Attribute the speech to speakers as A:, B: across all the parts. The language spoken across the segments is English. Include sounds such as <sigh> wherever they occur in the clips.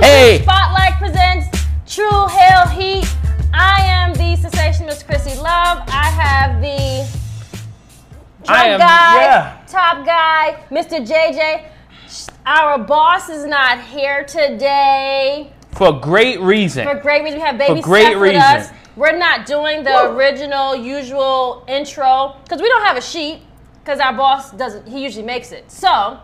A: Hey!
B: Spotlight presents True Hell Heat. I am the sensationalist Chrissy Love. I have the drug
A: I am-
B: guy,
A: yeah.
B: top guy, Mr. JJ. Our boss is not here today.
A: For great reason.
B: For great reason, we have baby
A: For great
B: Steph with
A: reason.
B: us. We're not doing the original, usual intro because we don't have a sheet because our boss doesn't. He usually makes it, so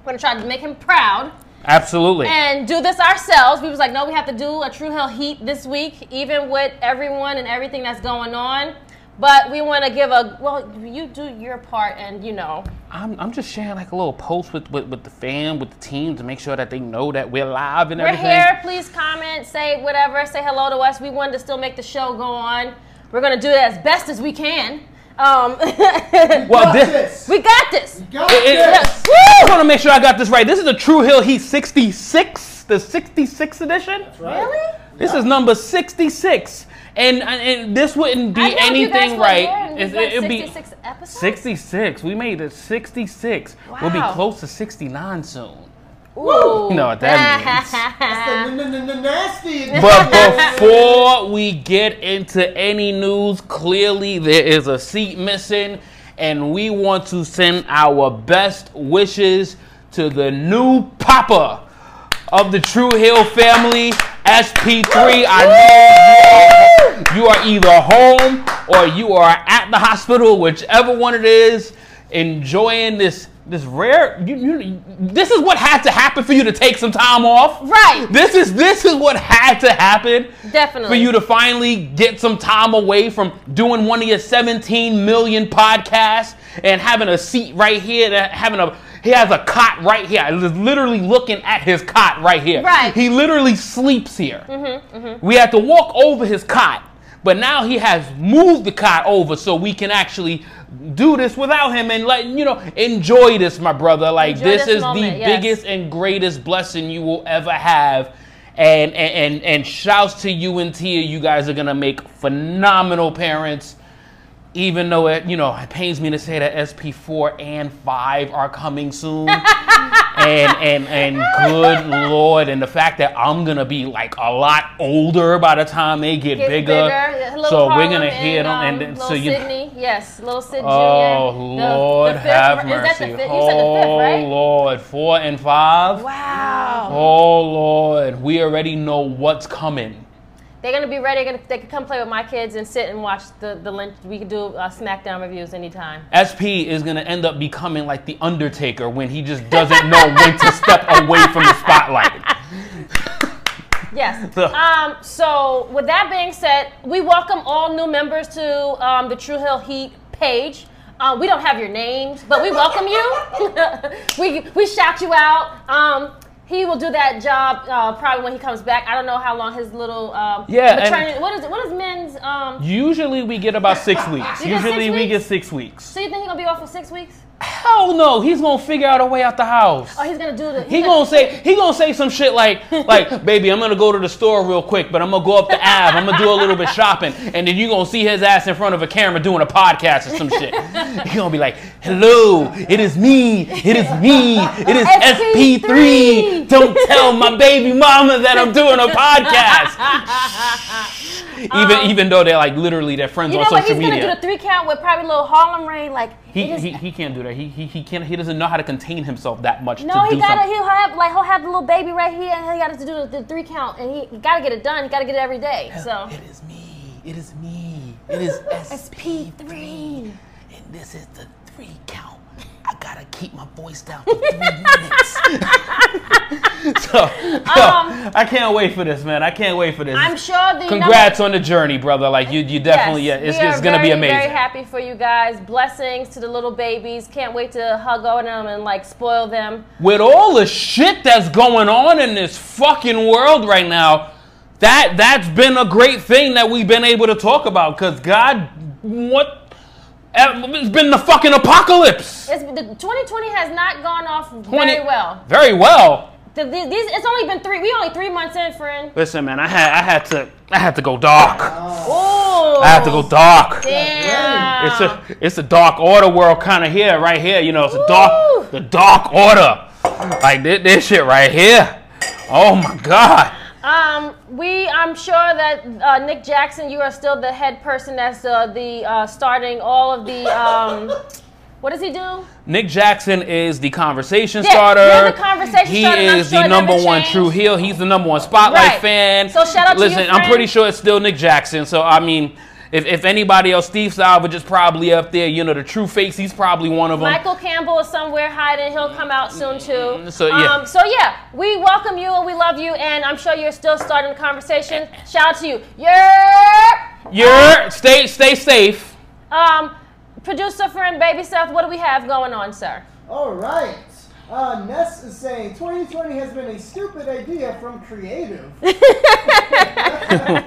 B: we're gonna try to make him proud
A: Absolutely.
B: and do this ourselves. We was like, no, we have to do a True Hell Heat this week, even with everyone and everything that's going on. But we want to give a well. You do your part, and you know,
A: I'm, I'm just sharing like a little post with, with, with the fam, with the team to make sure that they know that we're live and
B: we're
A: everything.
B: here. Please comment, say whatever, say hello to us. We wanted to still make the show go on. We're gonna do it as best as we can. Um, <laughs>
A: Well, this,
C: this.
B: we got this.
C: Got
A: it-
C: this.
B: Yes. Woo!
A: I want to make sure I got this right. This is the True Hill Heat 66, the 66 edition.
C: Right.
B: Really?
A: This is number 66. And, and, and this wouldn't be
B: I know if you guys
A: anything
B: were
A: right.
B: here and we
A: It's-
B: got
A: it'd
B: 66 episodes?
A: 66. We made it 66. We'll be
B: Wow.
A: close to
B: <laughs>
A: 69 soon.
B: Ooh.
A: You know
B: <laughs>
A: what that
C: That's the n- n- n- nasty. <laughs>
A: But <laughs> before we get into any news, clearly there is a seat missing, and we want to send our best wishes to the new papa of the True Hill family, SP3. I know you are either home or you are at the hospital, whichever one it is, enjoying this. This rare, you, you, this is what had to happen for you to take some time off.
B: Right.
A: This is this is what had to happen
B: Definitely.
A: for you to finally get some time away from doing one of your 17 million podcasts and having a seat right here, that having a he has a cot right here. I was literally looking at his cot right here.
B: Right. Mm-hmm.
A: He literally sleeps here. We had to walk over his cot, but now he has moved the cot over so we can actually do this without him and let you know enjoy this, my brother. Like
B: Enjoy
A: this,
B: this
A: is
B: moment,
A: the
B: yes.
A: biggest and greatest blessing you will ever have. And and and, and shouts to you and Tia. You guys are gonna make phenomenal parents. Even though it, you know, it pains me to say that SP4 and 5 are coming
B: <laughs>
A: soon. and and and good lord, and the fact that I'm gonna be like a lot older by the time they get,
B: Get
A: bigger.
B: Little
A: So we're
B: Harlem
A: gonna hear
B: and,
A: them and
B: um,
A: then-
B: Little
A: so you
B: Sydney, yes, little Sid Jr.
A: Oh Lord,
B: fifth,
A: have
B: is
A: mercy!
B: that the fifth? You
A: Oh
B: said the fifth, right?
A: Lord, four and five.
B: Wow.
A: Oh Lord, we already know what's coming.
B: They're gonna be ready. They're Gonna, they can come play with my kids and sit and watch the the lynch. We can do uh, SmackDown reviews anytime.
A: SP is gonna end up becoming like the Undertaker when he just doesn't know when to step away from the spotlight. <laughs>
B: Yes. um. So with that being said, we welcome all new members to um, the True Hill Heat page. Um, we don't have your names, but we welcome you. <laughs> we we shout you out. Um. He will do that job uh, probably when he comes back. I don't know how long his little um,
A: Yeah, and-
B: maternity- what is it? What is men's um?
A: Usually we get about six weeks.
B: You get six
A: Usually we
B: weeks?
A: get six weeks.
B: So you think he's gonna be off for six weeks?
A: Hell no, he's gonna figure out a way out the house.
B: Oh, he's gonna do the.
A: He gonna say he gonna say some shit like like baby I'm gonna go to the store real quick but I'm gonna go up the Ave I'm gonna do a little bit shopping and then you gonna see his ass in front of a camera doing a podcast or some shit. He gonna be like hello it is me it is me it is
B: SP3.
A: SP3 don't tell my baby mama that I'm doing a
B: <laughs>
A: podcast. even even though they're like literally they're friends
B: Um, You
A: on
B: know what?
A: social
B: He's
A: media.
B: gonna do the three count with probably little Harlem Rain. Like
A: he,
B: it is-
A: he, he can't do that. He, he he can't. He doesn't know how to contain himself that much.
B: no,
A: to
B: he
A: do
B: gotta.
A: something.
B: He'll have like he'll have the little baby right here, and he gotta do the, the three count, and he, he gotta get it done. He gotta get it every day. So
A: It is me. It is me. It
B: <gasps>
A: is
B: SP
A: SP.
B: three.
A: And this is the three count. I gotta keep my voice down for three <laughs> minutes. so, so,
B: Um,
A: I can't wait for this, man. I can't wait for this.
B: I'm sure the
A: Congrats on the journey, brother. Like you, you definitely.
B: Yes,
A: yeah, it's,
B: we
A: it's
B: are
A: gonna be
B: very,
A: amazing.
B: Very happy for you guys. Blessings to the little babies. Can't wait to hug on them and like spoil them.
A: With all the shit that's going on in this fucking world right now, that that's been a great thing that we've been able to talk about. Cause God, what? It's been the fucking apocalypse.
B: It's, the 2020 has not gone off
A: 20
B: very well.
A: Very well.
B: The, the- these, it's only been three. We only three months in, friend.
A: Listen, man, I had I had to I had to go dark.
B: Oh,
A: I had to go dark.
B: Damn.
A: It's a it's a dark order world kind of here, right here. You know, it's a
B: Woo.
A: dark the dark order. Like this, this shit right here. Oh my god.
B: Um, we, I'm sure that uh, Nick Jackson, you are still the head person that's uh, the uh, starting all of the. Um, <laughs> what does he do?
A: Nick Jackson is the conversation
B: Yeah,
A: starter.
B: you're the conversation
A: he
B: starter, and I'm
A: is
B: sure that
A: the number
B: never
A: one
B: changed.
A: true heel. He's the number one spotlight
B: Right.
A: fan.
B: So shout out to your
A: Listen, I'm
B: friend.
A: pretty sure it's still Nick Jackson. So I mean, if, if anybody else, Steve Salvage is probably up there. You know, the true face. He's probably one of them.
B: Michael Campbell is somewhere hiding. He'll come out soon too.
A: Mm-hmm. So, yeah.
B: Um, so yeah, we welcome you and we love you, and I'm sure you're still starting the conversation. Shout out to you. Yerp.
A: You're stay stay safe. <laughs>
B: Um, producer friend, baby Seth, what do we have going on, sir?
C: All right. Uh, Ness is saying 2020 has been a stupid idea from creative.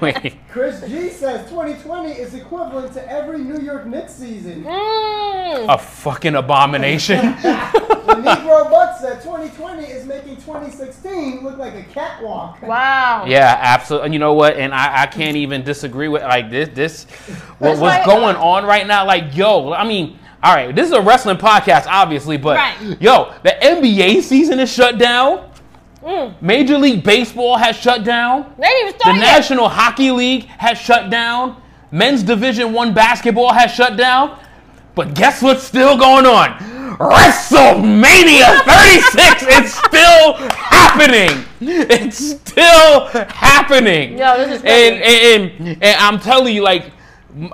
A: Wait.
C: Chris G says 2020 is equivalent to every New York Knicks season.
B: Mm.
A: A
B: <laughs>
A: fucking abomination.
C: The Negro Bucks said 2020 is making 2016 look like a catwalk.
B: Wow.
A: Yeah, absolutely. And you know what? And I, I can't even disagree with like this this what,
B: That's
A: what's
B: right.
A: going on right now. Like, yo, I mean, all right, this is a wrestling podcast, obviously, but
B: Right.
A: yo, the NBA season is shut down.
B: Mm.
A: Major League Baseball has shut down.
B: They didn't even
A: The
B: start yet.
A: National Hockey League has shut down. Men's Division One basketball has shut down. But guess what's still going on? WrestleMania
B: <laughs>
A: 36 is still happening. It's still happening.
B: Yo, this is
A: and,
B: crazy.
A: and, and and I'm telling you, like,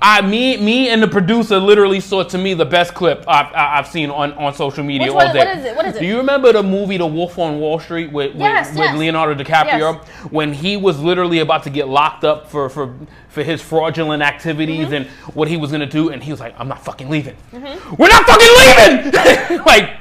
A: I me me and the producer literally saw to me the best clip I've, I've seen on, on social media
B: Which one-
A: all day.
B: what is it? What is it?
A: Do you remember the movie The Wolf on Wall Street with with,
B: Yes,
A: with
B: yes.
A: Leonardo DiCaprio?
B: Yes.
A: when he was literally about to get locked up for for, for his fraudulent activities and what he was gonna do, and he was like, "I'm not fucking leaving. Mm-hmm. We're not fucking leaving." <laughs> like.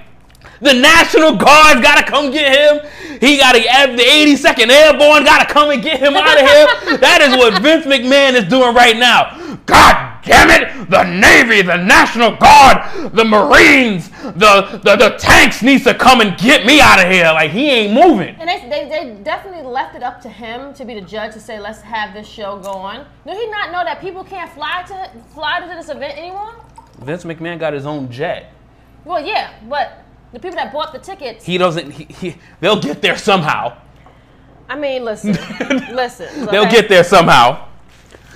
A: The National Guard's gotta come get him. He gotta have the 82nd Airborne gotta come and get him out of here. that is what Vince McMahon is doing right now. God damn it! The Navy, the National Guard, the Marines, the the, the tanks needs to come and get me out of here. Like he ain't moving.
B: And they, they, they definitely left it up to him to be the judge to say, let's have this show go on. Did he not know that people can't fly to fly to this event anymore?
A: Vince McMahon got his own jet.
B: Well, yeah, but the people that bought the tickets,
A: He doesn't. He, he they'll get there somehow.
B: I mean,
A: <laughs>
B: listen, <laughs> listen.
A: They'll
B: okay?
A: get there somehow.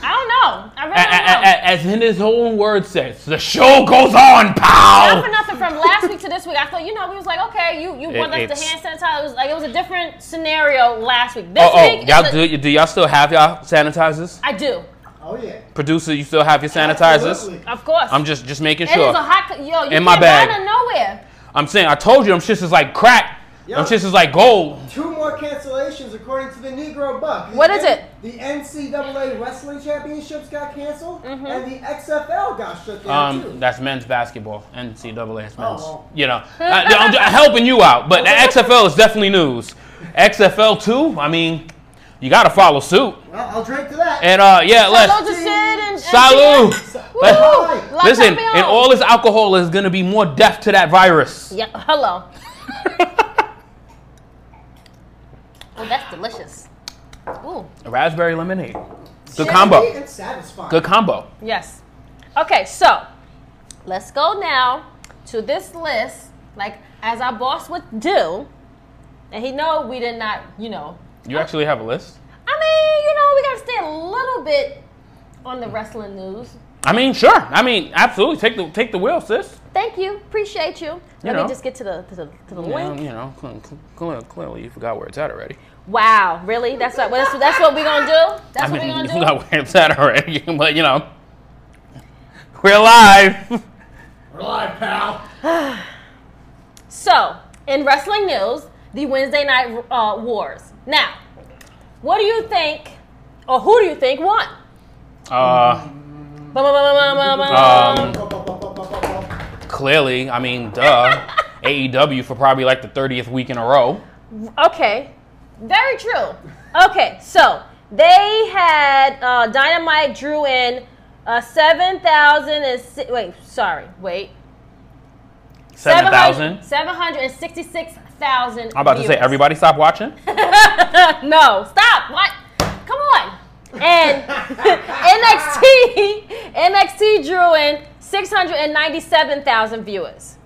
B: I don't know. I really
A: A- a-
B: don't know.
A: a- as in his own word says, the show goes on,
B: not for
A: pal.
B: nothing. From last week to this week, I thought you know we was like, okay, you you
A: oh. It-
B: want us to
A: it's-
B: hand sanitize. It was like it was a different scenario last week. This
A: Oh, oh,
B: week,
A: y'all
B: it's a-
A: do, do y'all still have y'all sanitizers?
B: I do,
C: Oh yeah.
A: Producer, you still have your sanitizers?
C: Absolutely.
B: of course.
A: I'm just just making
B: It is
A: sure.
B: a hot co- yo. You
A: In
B: can't
A: my bag.
B: buy it nowhere.
A: I'm saying I told you, them shits is like crack. Them
C: Yup.
A: shits is like gold.
C: Two more cancellations according to the Negro Buck. The
B: What is it?
C: The NCAA Wrestling Championships got canceled, and the XFL got shut down too. Oh,
A: Um, that's men's basketball. NCAA is men's.
C: well. Oh,
A: You know, I, am helping you out, but the XFL is definitely news. XFL too. I mean, you gotta follow suit.
C: well, I'll drink to that.
A: And uh, yeah,
B: Hello
A: let's
B: to Sid and, and
A: salute.
B: Sid.
A: Let's-
B: Woo! La
A: Listen,
B: Campeon.
A: and all this alcohol is gonna be more deaf to that
C: <laughs>
A: virus.
B: Yeah, hello. oh, that's delicious. Ooh,
A: Raspberry lemonade. Good
C: Shady
A: combo.
C: and satisfying.
A: Good combo.
B: yes. Okay, so let's go now to this list, like as our boss would do. And he know we did not, you know.
A: You actually have a list.
B: I mean, you know, we gotta stay a little bit on the wrestling news.
A: I mean, sure. I mean, absolutely. Take the take the wheel, sis.
B: Thank you, appreciate you. Let
A: know.
B: me just get to the to the, to the
A: You know,
B: link.
A: you know, cl- cl- cl- clearly you forgot where it's at already.
B: Wow, really? That's what that's, that's what we gonna do? That's
A: I
B: what we
A: mean,
B: gonna
A: you
B: do?
A: forgot where it's at already, <laughs> but you know, we're alive.
C: We're live, pal.
B: So, in wrestling news, the Wednesday night uh, wars. Now, what do you think, or who do you think won?
A: Uh,
B: Bum, bum, bum, bum, bum, bum.
A: um,
C: Well,
A: clearly, I mean,
B: <laughs>
A: duh. AEW for probably like the 30th week in a row. Um.
B: Okay, very true. Okay, so they had uh, Dynamite drew in uh, seven thousand and si- wait, sorry, wait,
A: 7,000.
B: seven hundred and sixty-six thousand.
A: I'm about to say, everybody stop watching.
B: <laughs> no, stop. What? Come on. And <laughs> NXT NXT drew in 697,000 viewers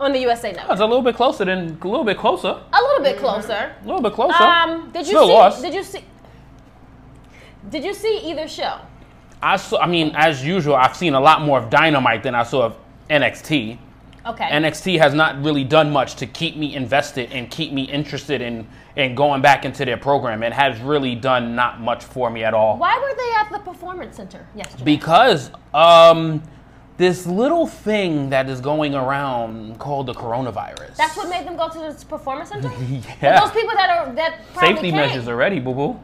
B: on the USA
A: That's
B: Network.
A: a little bit closer than, a little bit closer.
B: A little little bit closer.
A: A little bit closer.
B: Um, did you
A: Still
B: see?
A: lost.
B: Did you see? Did you see either show?
A: I saw. I mean, as usual, I've seen a lot more of Dynamite than I saw of NXT.
B: Okay.
A: NXT has not really done much to keep me invested and keep me interested in in going back into their program. It has really done not much for me at all.
B: Why were they at the performance center yesterday?
A: Because um, this little thing that is going around called the coronavirus.
B: That's what made them go to the performance center. But
A: <laughs> Yeah.
B: those people that are that probably
A: Safety
B: came.
A: measures already, boo boo.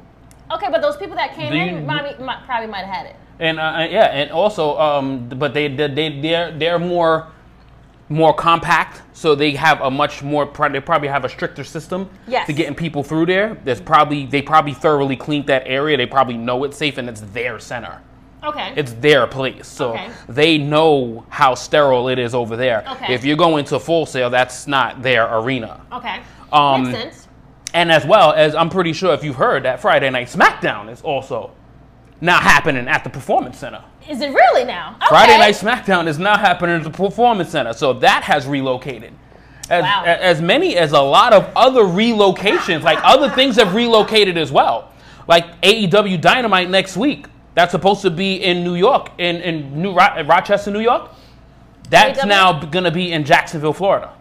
B: Okay, but those people that came
A: Do you-
B: in mommy, might, probably might have had it.
A: and uh, uh, yeah, and also, um, but they they they- they're they're more more compact, so they have a much more pro- they probably have a stricter system
B: Yes.
A: to getting people through there. There's probably they probably thoroughly cleaned that area. They probably know it's safe and it's their center.
B: Okay.
A: It's their place, so
B: Okay.
A: they know how sterile it is over there.
B: Okay.
A: If you're going to full sale, that's not their arena.
B: okay.
A: Um,
B: Makes sense.
A: And as well as I'm pretty sure if you've heard that Friday Night SmackDown is also not happening at the Performance Center.
B: Is it really now? Okay.
A: Friday Night SmackDown is now happening at the Performance Center, so that has relocated. As,
B: Wow.
A: a- as many as a lot of other relocations, like
B: <laughs>
A: other things have relocated as well. Like AEW Dynamite next week, that's supposed to be in New York, in, in New Ro- Rochester, New York. That's
B: AEW?
A: now going to be in Jacksonville, Florida.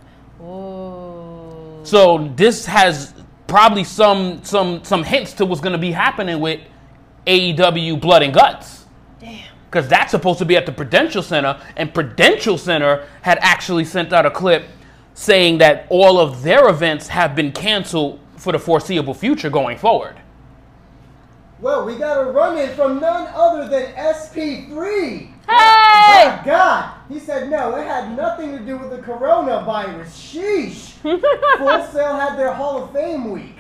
B: Ooh.
A: So this has probably some some some hints to what's going to be happening with AEW Blood and Guts.
B: Damn.
A: Because that's supposed to be at the Prudential Center, and Prudential Center had actually sent out a clip saying that all of their events have been canceled for the foreseeable future going forward.
C: Well, we got a run in from none other than SP3.
B: Hey!
C: My God! He said no, it had nothing to do with the coronavirus. Sheesh! Full Sail had their Hall of Fame week.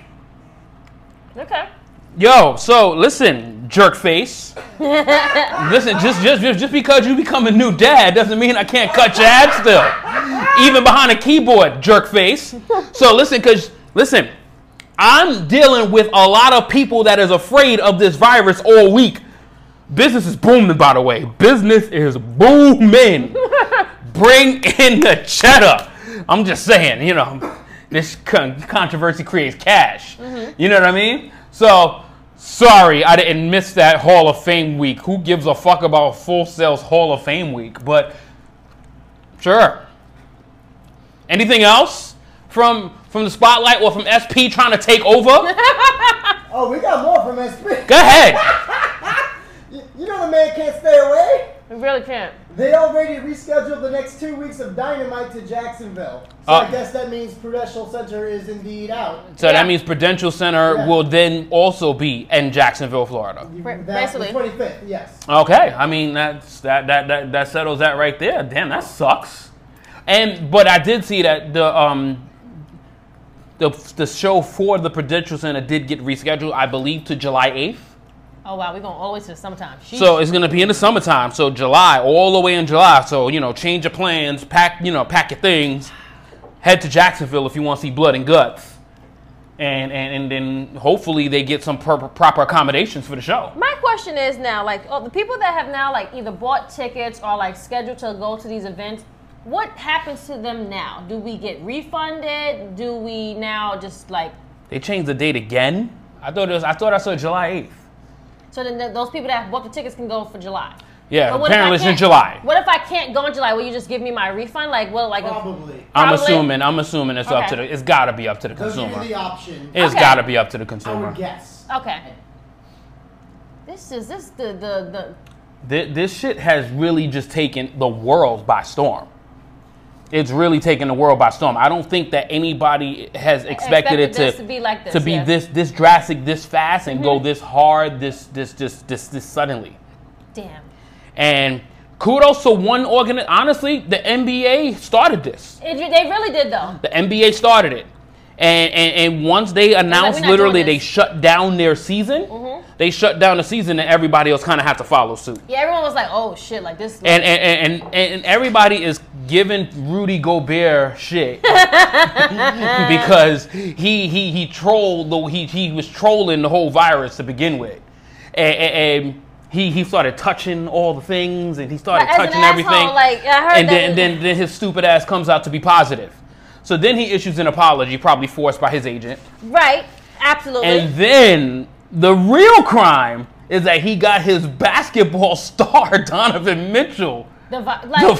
B: Okay.
A: Yo, so listen, jerk face. listen, just, just just just because you become a new dad doesn't mean I can't cut your ad still. Even behind a keyboard, jerk face. So listen, cause listen, I'm dealing with a lot of people that is afraid of this virus all week. Business is booming, by the way. Business is booming. Bring in the cheddar. I'm just saying, you know, this con- controversy creates cash. You know what I mean? So, sorry, I didn't miss that Hall of Fame week. Who gives a fuck about Full Sail's Hall of Fame week? But, sure. Anything else from from the spotlight or from SP trying to take over?
C: Oh, we got more from SP.
A: Go ahead.
C: You you know the man can't stay away.
B: We really can't.
C: They already rescheduled the next two weeks of Dynamite to Jacksonville. So
A: Uh,
C: I guess that means Prudential Center is indeed out.
A: So
B: Yeah.
A: that means Prudential Center
C: Yeah.
A: will then also be in Jacksonville, Florida.
B: Ba-
C: That-
B: basically.
C: The 25th, yes.
A: Okay, I mean that's that that that, that settles that right there. Damn, that sucks. And but I did see that the um the the show for the Prudential Center did get rescheduled, I believe, to July eighth.
B: Oh wow, we're gonna always do sometime. Sheesh.
A: So it's gonna be in the summertime. So July, all the way in July. So you know, change your plans, pack you know, pack your things, head to Jacksonville if you want to see blood and guts, and and and then hopefully they get some proper proper accommodations for the show.
B: My question is now, like, oh, the people that have now like either bought tickets or like scheduled to go to these events, what happens to them now? Do we get refunded? Do we now just like
A: They changed the date again. I thought it was, I thought I saw July eighth.
B: so then th- those people that have bought the tickets can go for July?
A: Yeah,
B: But what if I
A: apparently it's in
B: can't-
A: July.
B: What if I can't go in July? Will you just give me my refund? Like, well, like,
C: Probably.
A: I'm
B: Probably-
A: assuming. I'm assuming it's up to
B: Okay.
A: the. It's gotta be up to the
C: Those are
A: consumer.
C: the option.
A: It's
B: Okay.
A: gotta be up to the
C: I
A: consumer.
C: would guess.
B: okay. This is this the the
A: Th- this shit has really just taken the world by storm. It's really taken the world by storm. I don't think that anybody has expected, it
B: E-, Expected
A: to,
B: this to be like this,
A: to be
B: yeah. Mm-hmm.
A: this this drastic, this fast, and go this hard, this this this this this suddenly.
B: the damn.
A: And kudos to one organ. Honestly, the NBA started this.
B: It, they really did though.
A: The NBA started it. And, and, and once they announced
B: we're not
A: literally
B: doing
A: they
B: this. Mm-hmm.
A: shut down their season, they shut down the season and everybody else kind of had to follow suit.
B: Yeah, everyone was like, oh shit, like this.
A: And, and, and, and, and everybody is giving Rudy Gobert
B: <laughs>
A: shit because he, he, he trolled, the, he, he was trolling the whole virus to begin with. And, and, and he, he started touching all the things and he started
B: But as an
A: touching
B: asshole,
A: everything.
B: like, I heard
A: and
B: that
A: then,
B: was-
A: then, then his stupid ass comes out to be positive. So then he issues an apology, probably forced by his agent.
B: Right. Absolutely.
A: And then the real crime is that he got his basketball <laughs> star, Donovan Mitchell,
B: the
A: <laughs>
B: vi-
A: the
B: like,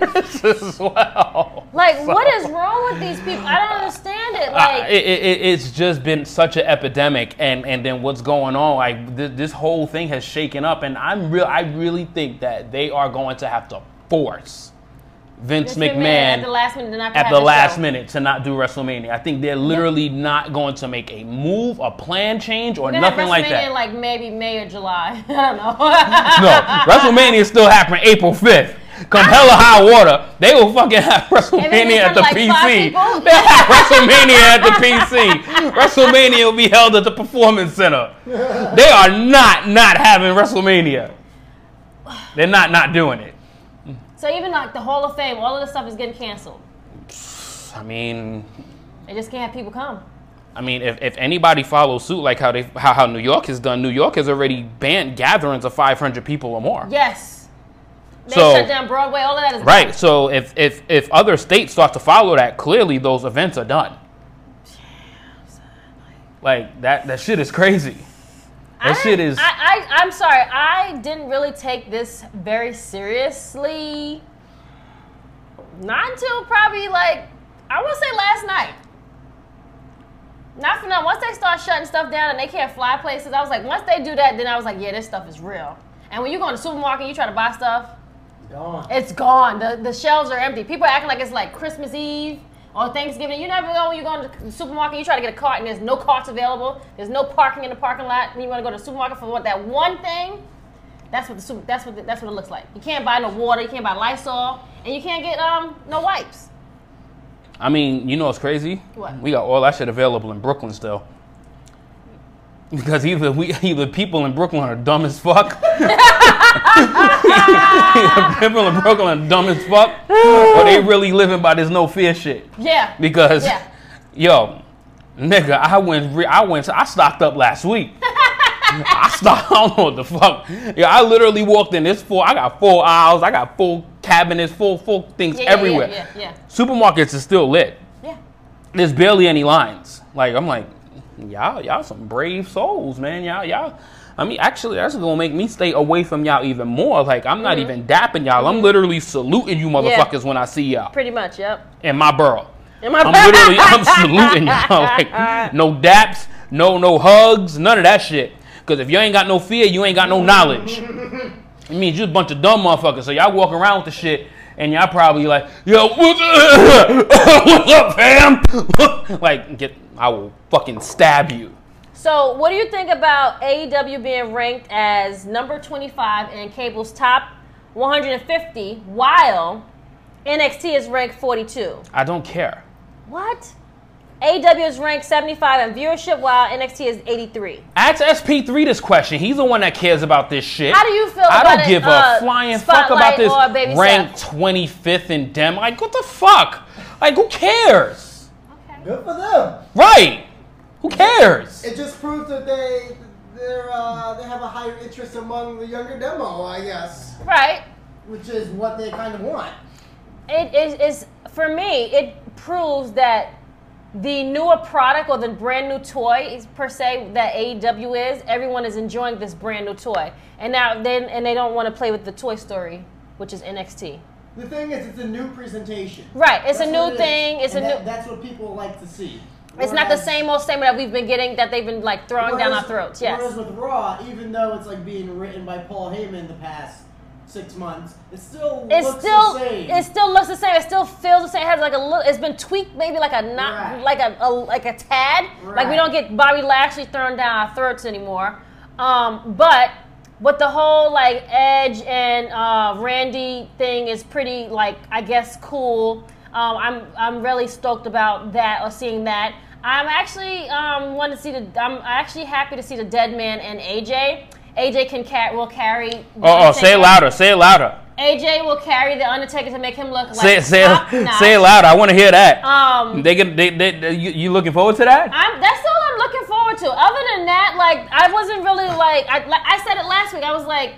A: virus as well.
B: like what
A: So- Uh,
B: is wrong with these people? I don't understand it.
A: I-
B: Like,
A: it, it, it- it's just been such an epidemic, and, and then what's going on? Like th- this whole thing has shaken up, and I'm real. I really think that they are going to have to force Vince
B: Mr.
A: McMahon
B: at the last minute, they're not gonna
A: at
B: have
A: the
B: show.
A: last minute to not do WrestleMania. I think they're literally not going to make a move, a plan change, or
B: They're gonna have
A: nothing like
B: WrestleMania
A: that.
B: In like maybe May or July. <laughs> I don't know.
A: <laughs> no, WrestleMania is still happening April 5th. Come hella high water, they will fucking have WrestleMania
B: it's
A: at the
B: like five
A: PC.
B: people?
A: They'll have WrestleMania at the PC. WrestleMania will be held at the Performance Center. They are not not having WrestleMania. They're not not doing it.
B: so even like the Hall of Fame, all of this stuff is getting canceled.
A: I mean,
B: They just can't have people come.
A: I mean, if, if anybody follows suit like how they how, how New York has done, New York has already banned gatherings of 500 people or more.
B: Yes. They
A: So-
B: shut down Broadway. All of that is
A: Right. So if if if other states start to follow that, clearly those events are done. Like that that shit is crazy. That
B: I-
A: shit is
B: I, I, I'm sorry. I didn't really take this very seriously. Not until probably like I want to say last night. Not for now. Once they start shutting stuff down and they can't fly places, I was like, once they do that, then I was like, yeah, this stuff is real. And when you go in the supermarket, you try to buy stuff,
C: Gone.
B: it's gone. The the shelves are empty. People are acting like it's like Christmas Eve or Thanksgiving. You never know when you go to the supermarket, you try to get a cart and there's no carts available. There's no parking in the parking lot, and you want to go to the supermarket for what that one thing. That's what the super, that's what the, that's what it looks like. You can't buy no water, you can't buy Lysol, and you can't get um no wipes.
A: I mean, you know what's crazy?
B: What?
A: We got all that shit available in Brooklyn still. Because either we <laughs> either people in Brooklyn are dumb as fuck. <laughs> people in Brooklyn are dumb as fuck. or they really living by this no fear shit.
B: Yeah.
A: Because
B: Yeah.
A: yo, nigga, I went re- I went I stocked up
B: <laughs>
A: last week. I stopped. I don't know what the fuck. Yeah, I literally walked in this full. I got full aisles. I got full cabinets, full full things
B: yeah, yeah,
A: everywhere.
B: Yeah, yeah,
A: Supermarkets is still lit.
B: yeah.
A: There's barely any lines. Like I'm like, y'all, y'all some brave souls, man. Y'all, y'all. I mean, actually, that's gonna make me stay away from y'all even more. Like I'm not
B: Mm-hmm.
A: even dapping y'all. I'm literally saluting you motherfuckers when I see y'all
B: Pretty much, yep.
A: in my borough.
B: Am I
A: I'm literally, I'm <laughs> saluting y'all. Like, no daps, no no hugs, none of that shit. Because if you ain't got no fear, you ain't got no knowledge. It means you a bunch of dumb motherfuckers. So y'all walk around with the shit, and y'all probably like, yo, what's up, <laughs> what's up fam? <laughs> like, get, I will fucking stab you.
B: So, what do you think about AEW being ranked as number 25 in Cable's top 150 while NXT is ranked 42?
A: I don't care.
B: What? AEW E is ranked 75 in viewership while NXT is 83.
A: Ask SP3 this question. He's the one that cares about this shit.
B: How do you feel
A: I
B: about
A: don't
B: it,
A: give
B: uh,
A: a flying fuck
B: Spotlight
A: about this
B: or Baby
A: ranked 25th in Dem. Like, what the fuck? Like, who cares?
C: Good for them.
A: Right. Who cares?
C: It just proves that they they're, uh, they have a higher interest among the younger demo, I guess,
B: Right.
C: which is what they kind of want.
B: It is it's, for me, it proves that the newer product or the brand new toy is per se that AEW is, everyone is enjoying this brand new toy. And now then and they don't want to play with the toy story, which is NXT.
C: The thing is, it's a new presentation.
B: Right. It's
C: That's
B: a new
C: what it is.
B: thing. It's
C: And
B: a
C: that-
B: new
C: That's what people like to see.
B: it's not the
C: Whereas-
B: same old same that we've been getting that they've been like throwing down our
C: whereas-
B: throats.
C: Whereas
B: Yes.
C: with Raw, even though it's like being written by Paul Heyman the past six months, it still
B: It
C: looks
B: still
C: the same.
B: it still looks the same. It still feels the same. It has like a little it's been tweaked maybe like a not
C: Right.
B: like a, a like a tad. Like we
C: Right.
B: don't get Bobby Lashley thrown down our throats anymore. Um, but with the whole like Edge and uh, Randy thing is pretty like I guess cool. Um, I'm I'm really stoked about that or seeing that. I'm actually um want to see the I'm actually happy to see the Dead Man and AJ. AJ can car- will carry. the
A: Oh, oh, say it
B: Undertaker.
A: louder. Say it louder.
B: AJ will carry the Undertaker to make him look like
A: Say it, say
B: top
A: it,
B: notch.
A: say it louder. I want to hear that.
B: Um,
A: they can. They, they, they- you, you looking forward to that?
B: I'm, that's all I'm looking forward to. Other than that, like I wasn't really like I like, I said it last week. I was like,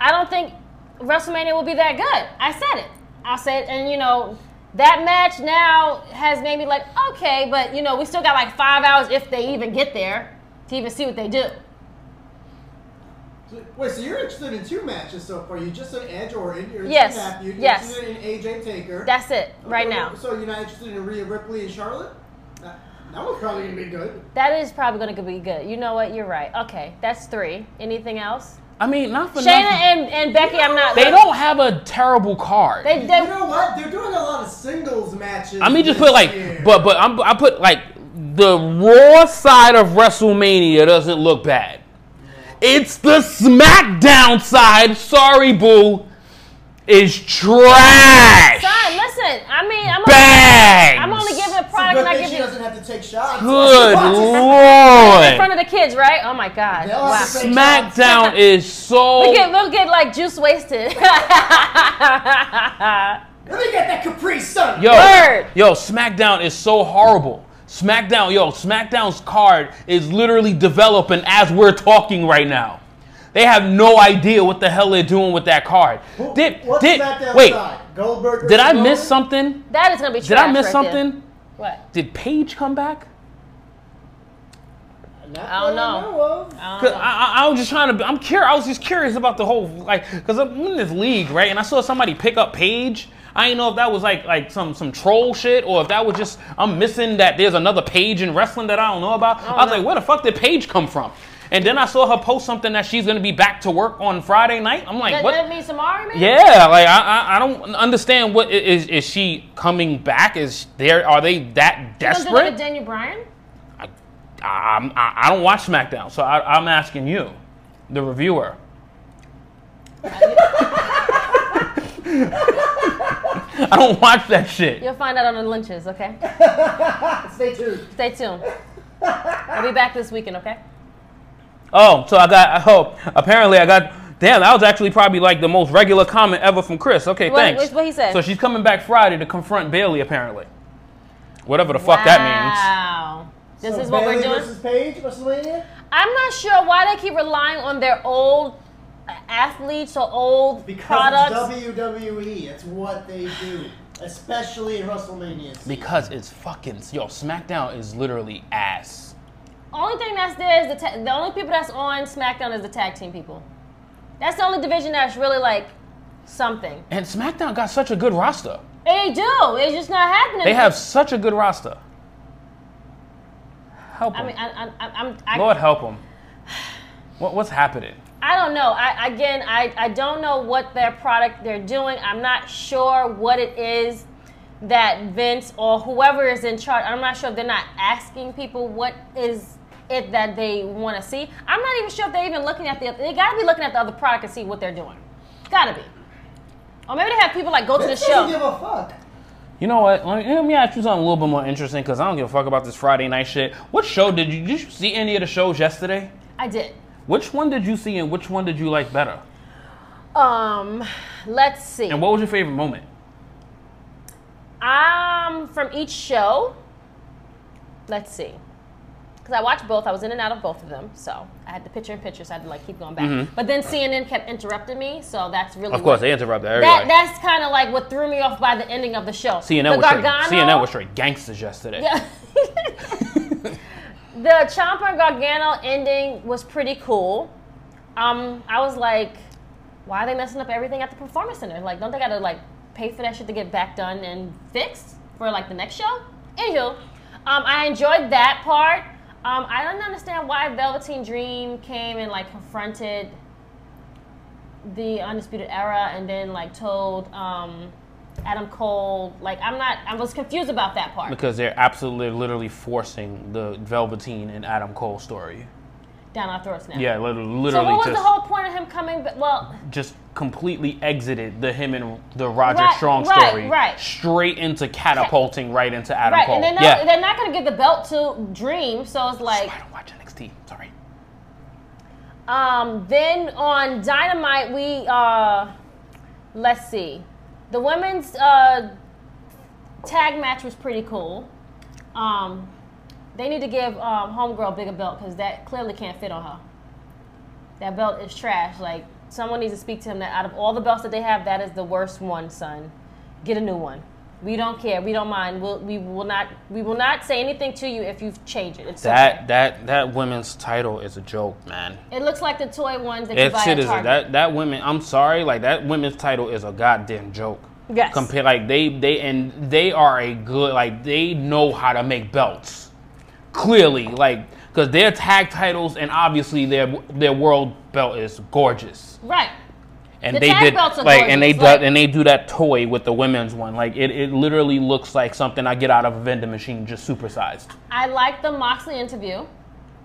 B: I don't think WrestleMania will be that good. I said it. I said, and you know, that match now has made me like, okay, but you know, we still got like five hours if they even get there to even see what they do.
C: So- Wait, so you're interested in two matches so far? You just said Edge or in, you're
B: Yes.
C: Snap. You're
B: Yes.
C: interested in AJ Taker.
B: That's it right
C: Okay,
B: now.
C: So you're not interested in Rhea Ripley and Charlotte? That, that one's probably gonna be good.
B: That is probably going to be good. You know what? You're right. Okay, that's three. Anything else?
A: I mean, not for
B: Shayna
A: nothing.
B: and, and Becky, I'm not.
A: They don't have a terrible card.
B: They,
C: you
B: they,
C: know what? They're doing a lot of singles matches.
A: I mean, just
C: this
A: put like,
C: year.
A: but but I'm, I put like the Raw side of WrestleMania doesn't look bad. It's the SmackDown side. Sorry, boo, is trash.
B: son, listen. I mean, I'm
A: Bags.
B: only, I'm only giving a
C: It's a
B: product
C: good
B: and I
C: thing
B: give
C: she
B: you
C: doesn't have to take
B: <laughs>
C: shots.
A: Good
B: in front
A: lord.
B: of the kids, right? Oh my god.
C: That
B: Wow.
C: was the same-
B: <laughs>
A: SmackDown is so.
B: We'll get, we'll get like juice wasted. <laughs>
C: Let me get that Capri Sun.
A: Yo,
B: Word.
A: yo, SmackDown is so horrible. SmackDown, yo, SmackDown's card is literally developing as we're talking right now. They have no idea what the hell they're doing with that card.
C: Who-
A: Did
C: what's
A: did
C: SmackDown
A: wait?
C: side? Goldberg.
A: Did I
C: versus
A: miss
C: Roman?
A: something?
B: that is gonna be.
A: Did I
B: trash
A: miss
B: right there.
A: something?
B: What?
A: Did Paige come back?
C: Not
B: I don't
C: that I
B: know.
C: know of.
A: 'Cause I, I, I was just trying to. I'm curious. I was just curious about the whole like because I'm in this league right, and I saw somebody pick up Paige. I didn't know if that was like like some some troll shit or if that was just I'm missing that there's another Paige in wrestling that I don't know about. I, was
B: know.
A: like, where the fuck did Paige come from? And then I saw her post something that she's gonna be back to work on Friday night. I'm like,
B: That,
A: what?
B: that means Samara, man?
A: Yeah, like I, I, I don't understand what i- is is she coming back? Is there are they that
B: Don't do that
A: desperate?
B: with Daniel Bryan?
A: I, I'm- I, I don't watch SmackDown, so I, I'm asking you, the reviewer. I don't watch that shit.
B: You'll find out on the lunches, okay?
C: Stay tuned.
B: Stay tuned. I'll be back this weekend, okay?
A: Oh, so I got. Oh, apparently I got. Damn, that was actually probably like the most regular comment ever from Chris. Okay,
B: What-
A: thanks.
B: what's- what he said?
A: So she's coming back Friday to confront Bailey, apparently. Whatever the fuck that
B: Wow. This
C: So
B: is what we're
C: Bayley
B: doing.
C: versus Paige, WrestleMania.
B: I'm not sure why they keep relying on their old athletes or old products.
C: Because it's WWE. It's what they do, especially in WrestleMania.
A: means because it's fucking yo. SmackDown is literally ass.
B: Only thing that's there is the ta- the only people that's on SmackDown is the tag team people. That's the only division that's really like something.
A: And SmackDown got such a good roster.
B: They do. It's just not happening.
A: They have such a good roster. Help
B: I
A: them.
B: mean, I, I, I, I'm. I,
A: Lord help them. What, what's happening?
B: I don't know. I again, I, I don't know what their product they're doing. I'm not sure what it is that Vince or whoever is in charge. I'm not sure if they're not asking people what is it that they want to see. I'm not even sure if they're even looking at the. They got to be looking at the other product and see what they're doing. Got to be. Or maybe they have people like go to the
C: Vince doesn't give
B: show.
C: a fuck.
A: You know what? Let me, let me ask you something a little bit more interesting because I don't give a fuck about this Friday night shit. What show did you did you see any of the shows yesterday?
B: I did.
A: Which one did you see and which one did you like better?
B: Um, let's see.
A: And what was your favorite moment?
B: Um, from each show. Let's see. Because I watched both, I was in and out of both of them, so I had the picture in picture, so I had to like keep going back.
A: Mm-hmm.
B: But then CNN kept interrupting me, so that's really what-
A: they interrupt
B: that that's kind of like what threw me off by the ending of the show.
A: CNN
B: the
A: was straight, CNN was straight gangsters yesterday.
B: Yeah. <laughs> the Ciampa and Gargano ending was pretty cool. Um, I was like, why are they messing up everything at the performance center? Like, don't they gotta like pay for that shit to get back done and fixed for like the next show? Anywho, um, I enjoyed that part. Um, I don't understand why Velveteen Dream came and like confronted the Undisputed Era and then like told um, Adam Cole. Like, I'm not. I was confused about that part.
A: <laughs> Because they're absolutely literally forcing the Velveteen and Adam Cole story.
B: down our throats now.
A: Yeah, lit- literally.
B: So what was
A: just,
B: the whole point of him coming? ba- Well,
A: just completely exited the him and the Roger
B: Right,
A: Strong
B: right,
A: story
B: right.
A: straight into catapulting right into Adam
B: right,
A: Cole.
B: and they're not,
A: yeah.
B: they're not going to give the belt to Dream, so it's like,
A: I don't watch NXT. Sorry.
B: um, then on Dynamite we, uh, let's see, the women's uh, tag match was pretty cool. Um, they need to give um, Homegirl a bigger belt because that clearly can't fit on her. That belt is trash. Like someone needs to speak to him. That out of all the belts that they have, that is the worst one, son. Get a new one. We don't care. We don't mind. We'll, we will not. We will not say anything to you if you change it. It's okay.
A: That that that women's title is a joke, man.
B: It looks like the toy ones that you
A: That
B: buy at
A: shit is a,
B: Target.
A: that that women. I'm sorry, like that women's title is a goddamn joke.
B: Yes.
A: Compare like they they and they are a good like they know how to make belts. Clearly, like because their tag titles and obviously their their world belt is gorgeous.
B: right.
A: And
B: The
A: they
B: tag
A: did
B: belts are
A: like and they do,
B: gorgeous, like-
A: and they do that toy with the women's one. Like it, it literally looks like something I get out of a vending machine just supersized.
B: I liked the Moxley interview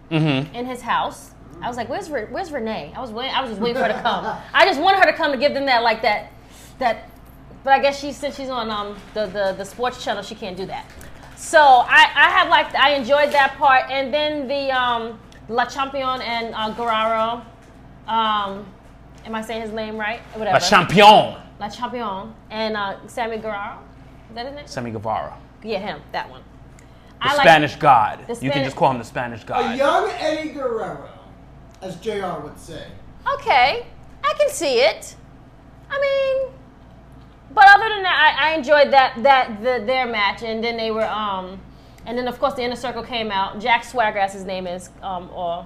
A: Mm-hmm.
B: in his house. I was like, "Where's Re- Where's Renee?" I was waiting. I was just waiting for her to come. I just wanted her to come to give them that like that that. But I guess she since she's on um the the, the sports channel, she can't do that. So I I had like I enjoyed that part, and then the um La Champion and uh, Guerrero, um, am I saying his name right? Whatever.
A: A champion,
B: La Champion and uh, Sammy Guerrero. Is that his name?
A: Sammy Guevara,
B: Yeah, him. That one.
A: the Spanish god.
B: the Oh,
A: you can
B: Spani-
A: just call him the Spanish god.
C: A young Eddie Guerrero, as JR would say.
B: Okay, I can see it. I mean, but other than that, I, I enjoyed that that the, their match, and then they were um, and then of course the inner circle came out. Jack Swaggrass, his name is um or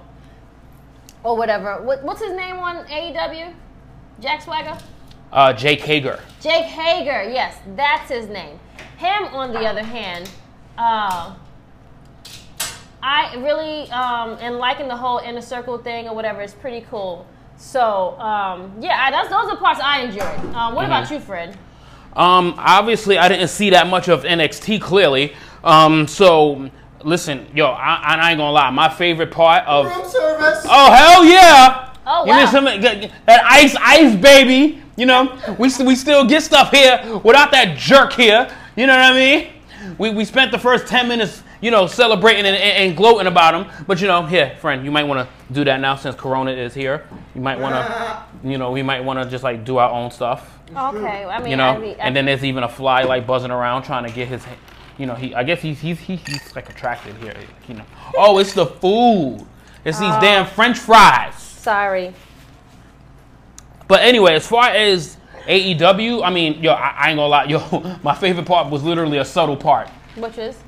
B: or whatever. What, what's his name on AEW? Jack Swagger.
A: Uh, Jake Hager.
B: Jake Hager, yes, that's his name. Him, on the other hand, uh, I really um, and liking the whole inner circle thing or whatever is pretty cool. So um, yeah, I, that's, those are parts I enjoyed. Um,
A: Mm-hmm.
B: what about you, Fred?
A: Um, obviously, I didn't see that much of NXT clearly. Um, so listen, yo, I, I ain't gonna lie. My favorite part of
C: Room service.
A: oh hell yeah,
B: Oh,
A: Give me
B: wow.
A: some- g- g- that ice ice baby. You know, we st- we still get stuff here without that jerk here. You know what I mean? We we spent the first ten minutes, you know, celebrating and, and, and gloating about him. But you know, here, friend, you might want to do that now since Corona is here. You might want to, you know, we might want to just like do our own stuff
B: Okay, I mean,
A: you know.
B: I, mean, I-
A: and then there's even a fly like buzzing around trying to get his, ha- you know. He, I guess he's he's he, he's like attracted here, you know. Oh, it's the food. It's these damn French fries.
B: sorry.
A: But anyway, as far as AEW, I mean, yo, I, I ain't gonna lie, yo, <laughs> my favorite part was literally a subtle part.
B: Which is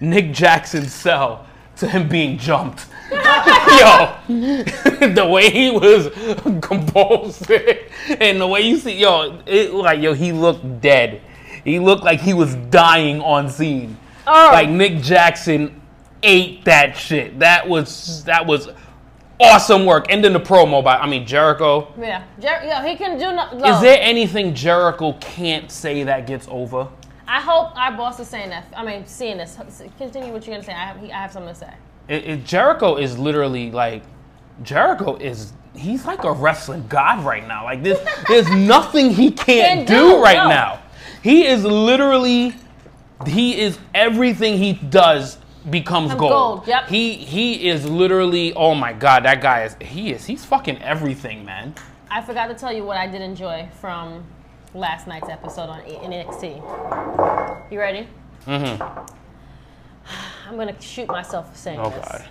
A: Nick Jackson's cell to him being jumped. <laughs> yo, <laughs> the way he was <laughs> composed and the way you see, yo, it like yo, he looked dead. He looked like he was dying on scene.
B: Oh.
A: <laughs> Like Nick Jackson ate that shit. That was that was awesome work. And then the promo by I mean Jericho.
B: yeah, Jer- yeah, he can do no.
A: Is there anything Jericho can't say that gets over?
B: I hope our boss is saying that. I mean, seeing this. Continue what you're gonna say. I have, I have something to say.
A: it, it- Jericho is literally like Jericho is he's like a wrestling god right now.
B: <laughs>
A: Like this there's nothing he
B: Can
A: can't do,
B: do,
A: right
B: no.
A: now. He is literally he is everything he does becomes
B: Becomes
A: gold.
B: gold, yep.
A: He he is literally oh my god, that guy is he is he's fucking everything, man.
B: I forgot to tell you what I did enjoy from last night's episode on E- NXT. You ready? Mm-hmm. <sighs> I'm gonna shoot myself for saying
A: Oh
B: this.
A: god.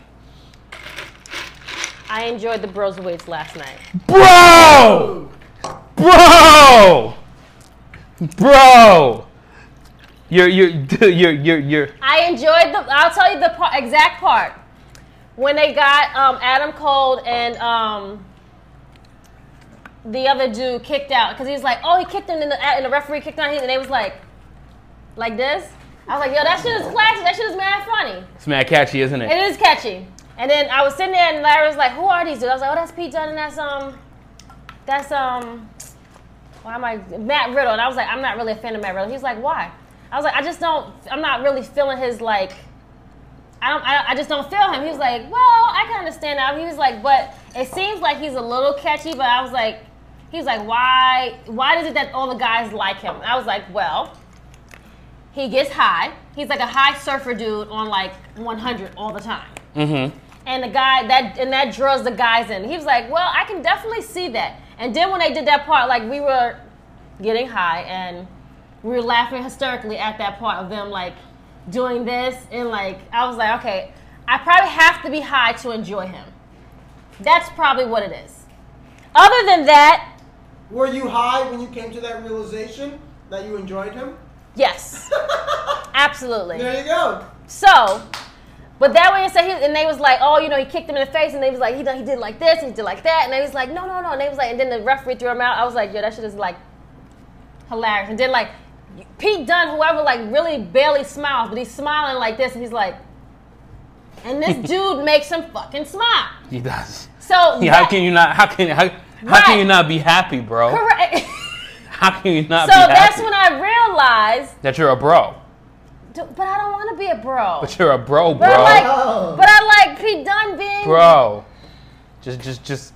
B: I enjoyed the bros weights last night.
A: Bro! Bro! Bro! You're you're <laughs> you're you're you're
B: I enjoyed the. I'll tell you the par- exact part when they got um, Adam Cole and um, the other dude kicked out because he was like, "Oh, he kicked him," and the, and the referee kicked out, and they was like, like this. I was like, "Yo, that shit is classic. That shit is mad funny."
A: It's mad catchy, isn't it?
B: It is catchy. And then I was sitting there, and Larry was like, "Who are these dudes?" I was like, "Oh, that's Pete Dunne, and that's um, that's um, why am I Matt Riddle?" And I was like, "I'm not really a fan of Matt Riddle." He's like, "Why?" I was like, "I just don't. I'm not really feeling his like. I don't. I, I just don't feel him." He was like, "Well, I can understand that." He was like, "But it seems like he's a little catchy." But I was like, "He's like, why? Why is it that all the guys like him?" And I was like, "Well." He gets high. He's like a high surfer dude on like 100 all the time.
A: Mm-hmm.
B: And the guy that and that draws the guys in. He was like, "Well, I can definitely see that." And then when they did that part, like we were getting high and we were laughing hysterically at that part of them like doing this and like I was like, "Okay, I probably have to be high to enjoy him." That's probably what it is. Other than that, <laughs>
C: Were you high when you came to that realization that you enjoyed him? <laughs>
B: Yes, absolutely.
C: There you go.
B: So, but that way, said he, and they was like, oh, you know, he kicked him in the face, and they was like, he, done- he did like this, and he did like that, and they was like, no, no, no, and they was like, and then the referee threw him out. I was like, yo, that shit is like hilarious. And then like Pete Dunn, whoever, like really barely smiles, but he's smiling like this, and he's like, and
A: <laughs>
B: this dude makes him fucking smile.
A: He does.
B: So
A: Yeah, how
B: that- <laughs>
A: can you not? How can how, how
B: Right.
A: can you not be happy, bro? <laughs>
B: correct.
A: How can you
B: <laughs>
A: not
B: so
A: be happy
B: that's when I realized,
A: that you're a bro?
B: d- but I don't want to be a bro.
A: But you're a bro,
B: But
A: bro,
B: I
C: Oh.
B: like, but I like Pete Dunn being.
A: bro. Just just just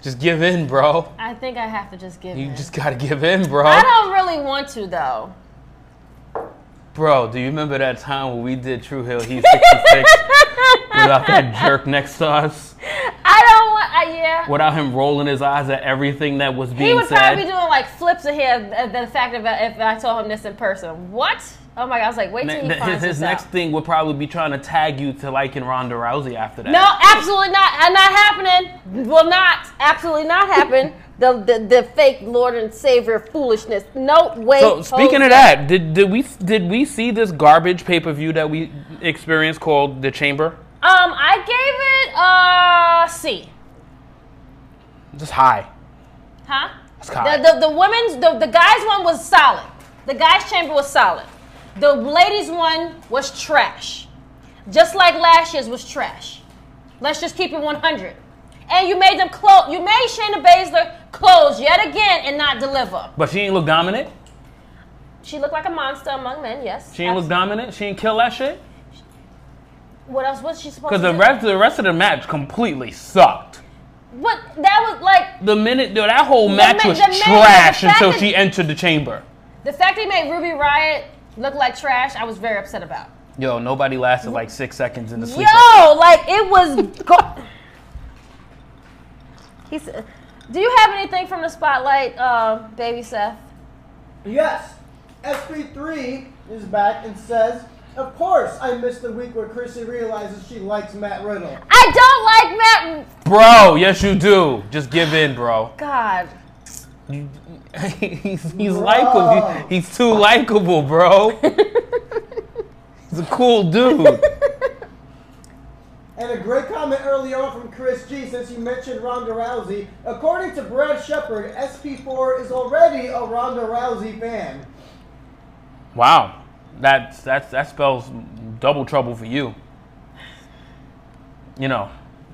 A: just give in, bro.
B: I think I have to just give.
A: You
B: in.
A: just gotta give in, bro.
B: I don't really want to though.
A: Bro, do you remember that time when we did True Hill Heat 66
B: <laughs>
A: without that jerk next to us?
B: I don't want. I, yeah.
A: Without him rolling his eyes at everything that was being
B: he would
A: said?
B: probably be doing like flips of him at the fact of uh, if I told him this in person. What? Oh my god! I was like, wait till
A: Ne-
B: he
A: ne- his
B: finds
A: his
B: this
A: next
B: out.
A: thing would probably be trying to tag you to liking Ronda Rousey after that.
B: No, absolutely not. Uh, Not happening. Will not. Absolutely
A: <laughs>
B: not happen. the, the the fake Lord and Savior foolishness. No way.
A: So speaking
B: Jose.
A: of that, did did we did we see this garbage pay per view that we experienced called the Chamber?
B: um, I gave it a C.
A: Just high.
B: Huh?
A: That's high.
B: The, the the women's the, the guys one was solid. The guys chamber was solid. The ladies one was trash. Just like last year's was trash. Let's just keep it 100. And you made them close. You made Shayna Baszler close yet again and not deliver.
A: but she ain't look dominant.
B: She looked like a monster among men. Yes.
A: She ain't look
B: Abs-
A: dominant. She ain't kill that shit.
B: What else was she supposed
A: Cause
B: to
A: the
B: do?
A: rest the rest of the match completely sucked.
B: What that was like
A: The minute dude, that whole match
B: min-
A: was
B: the minute- the
A: trash
B: fact
A: until
B: that-
A: she entered the chamber.
B: the fact they made Ruby Riot look like trash. I was very upset about.
A: Yo, nobody lasted like six seconds in the sleeper.
B: Yo, like it was. Go- <laughs> he said, "Do you have anything from the spotlight, uh, baby Seth?"
C: Yes, SP3 is back and says, Of course, I missed the week where Chrissy realizes she likes Matt Riddle.
B: I don't like Matt.
A: Bro, yes you do. Just give in, bro.
B: God,
A: <laughs> he's he's likable. He- he's too likable,
B: <laughs>
A: bro. he's a cool dude.
C: And a great comment earlier on from Chris G since you mentioned Ronda Rousey. According to Brad Shepard, SP4 is already a Ronda Rousey fan.
A: Wow, that's that's that spells double trouble for you. You know,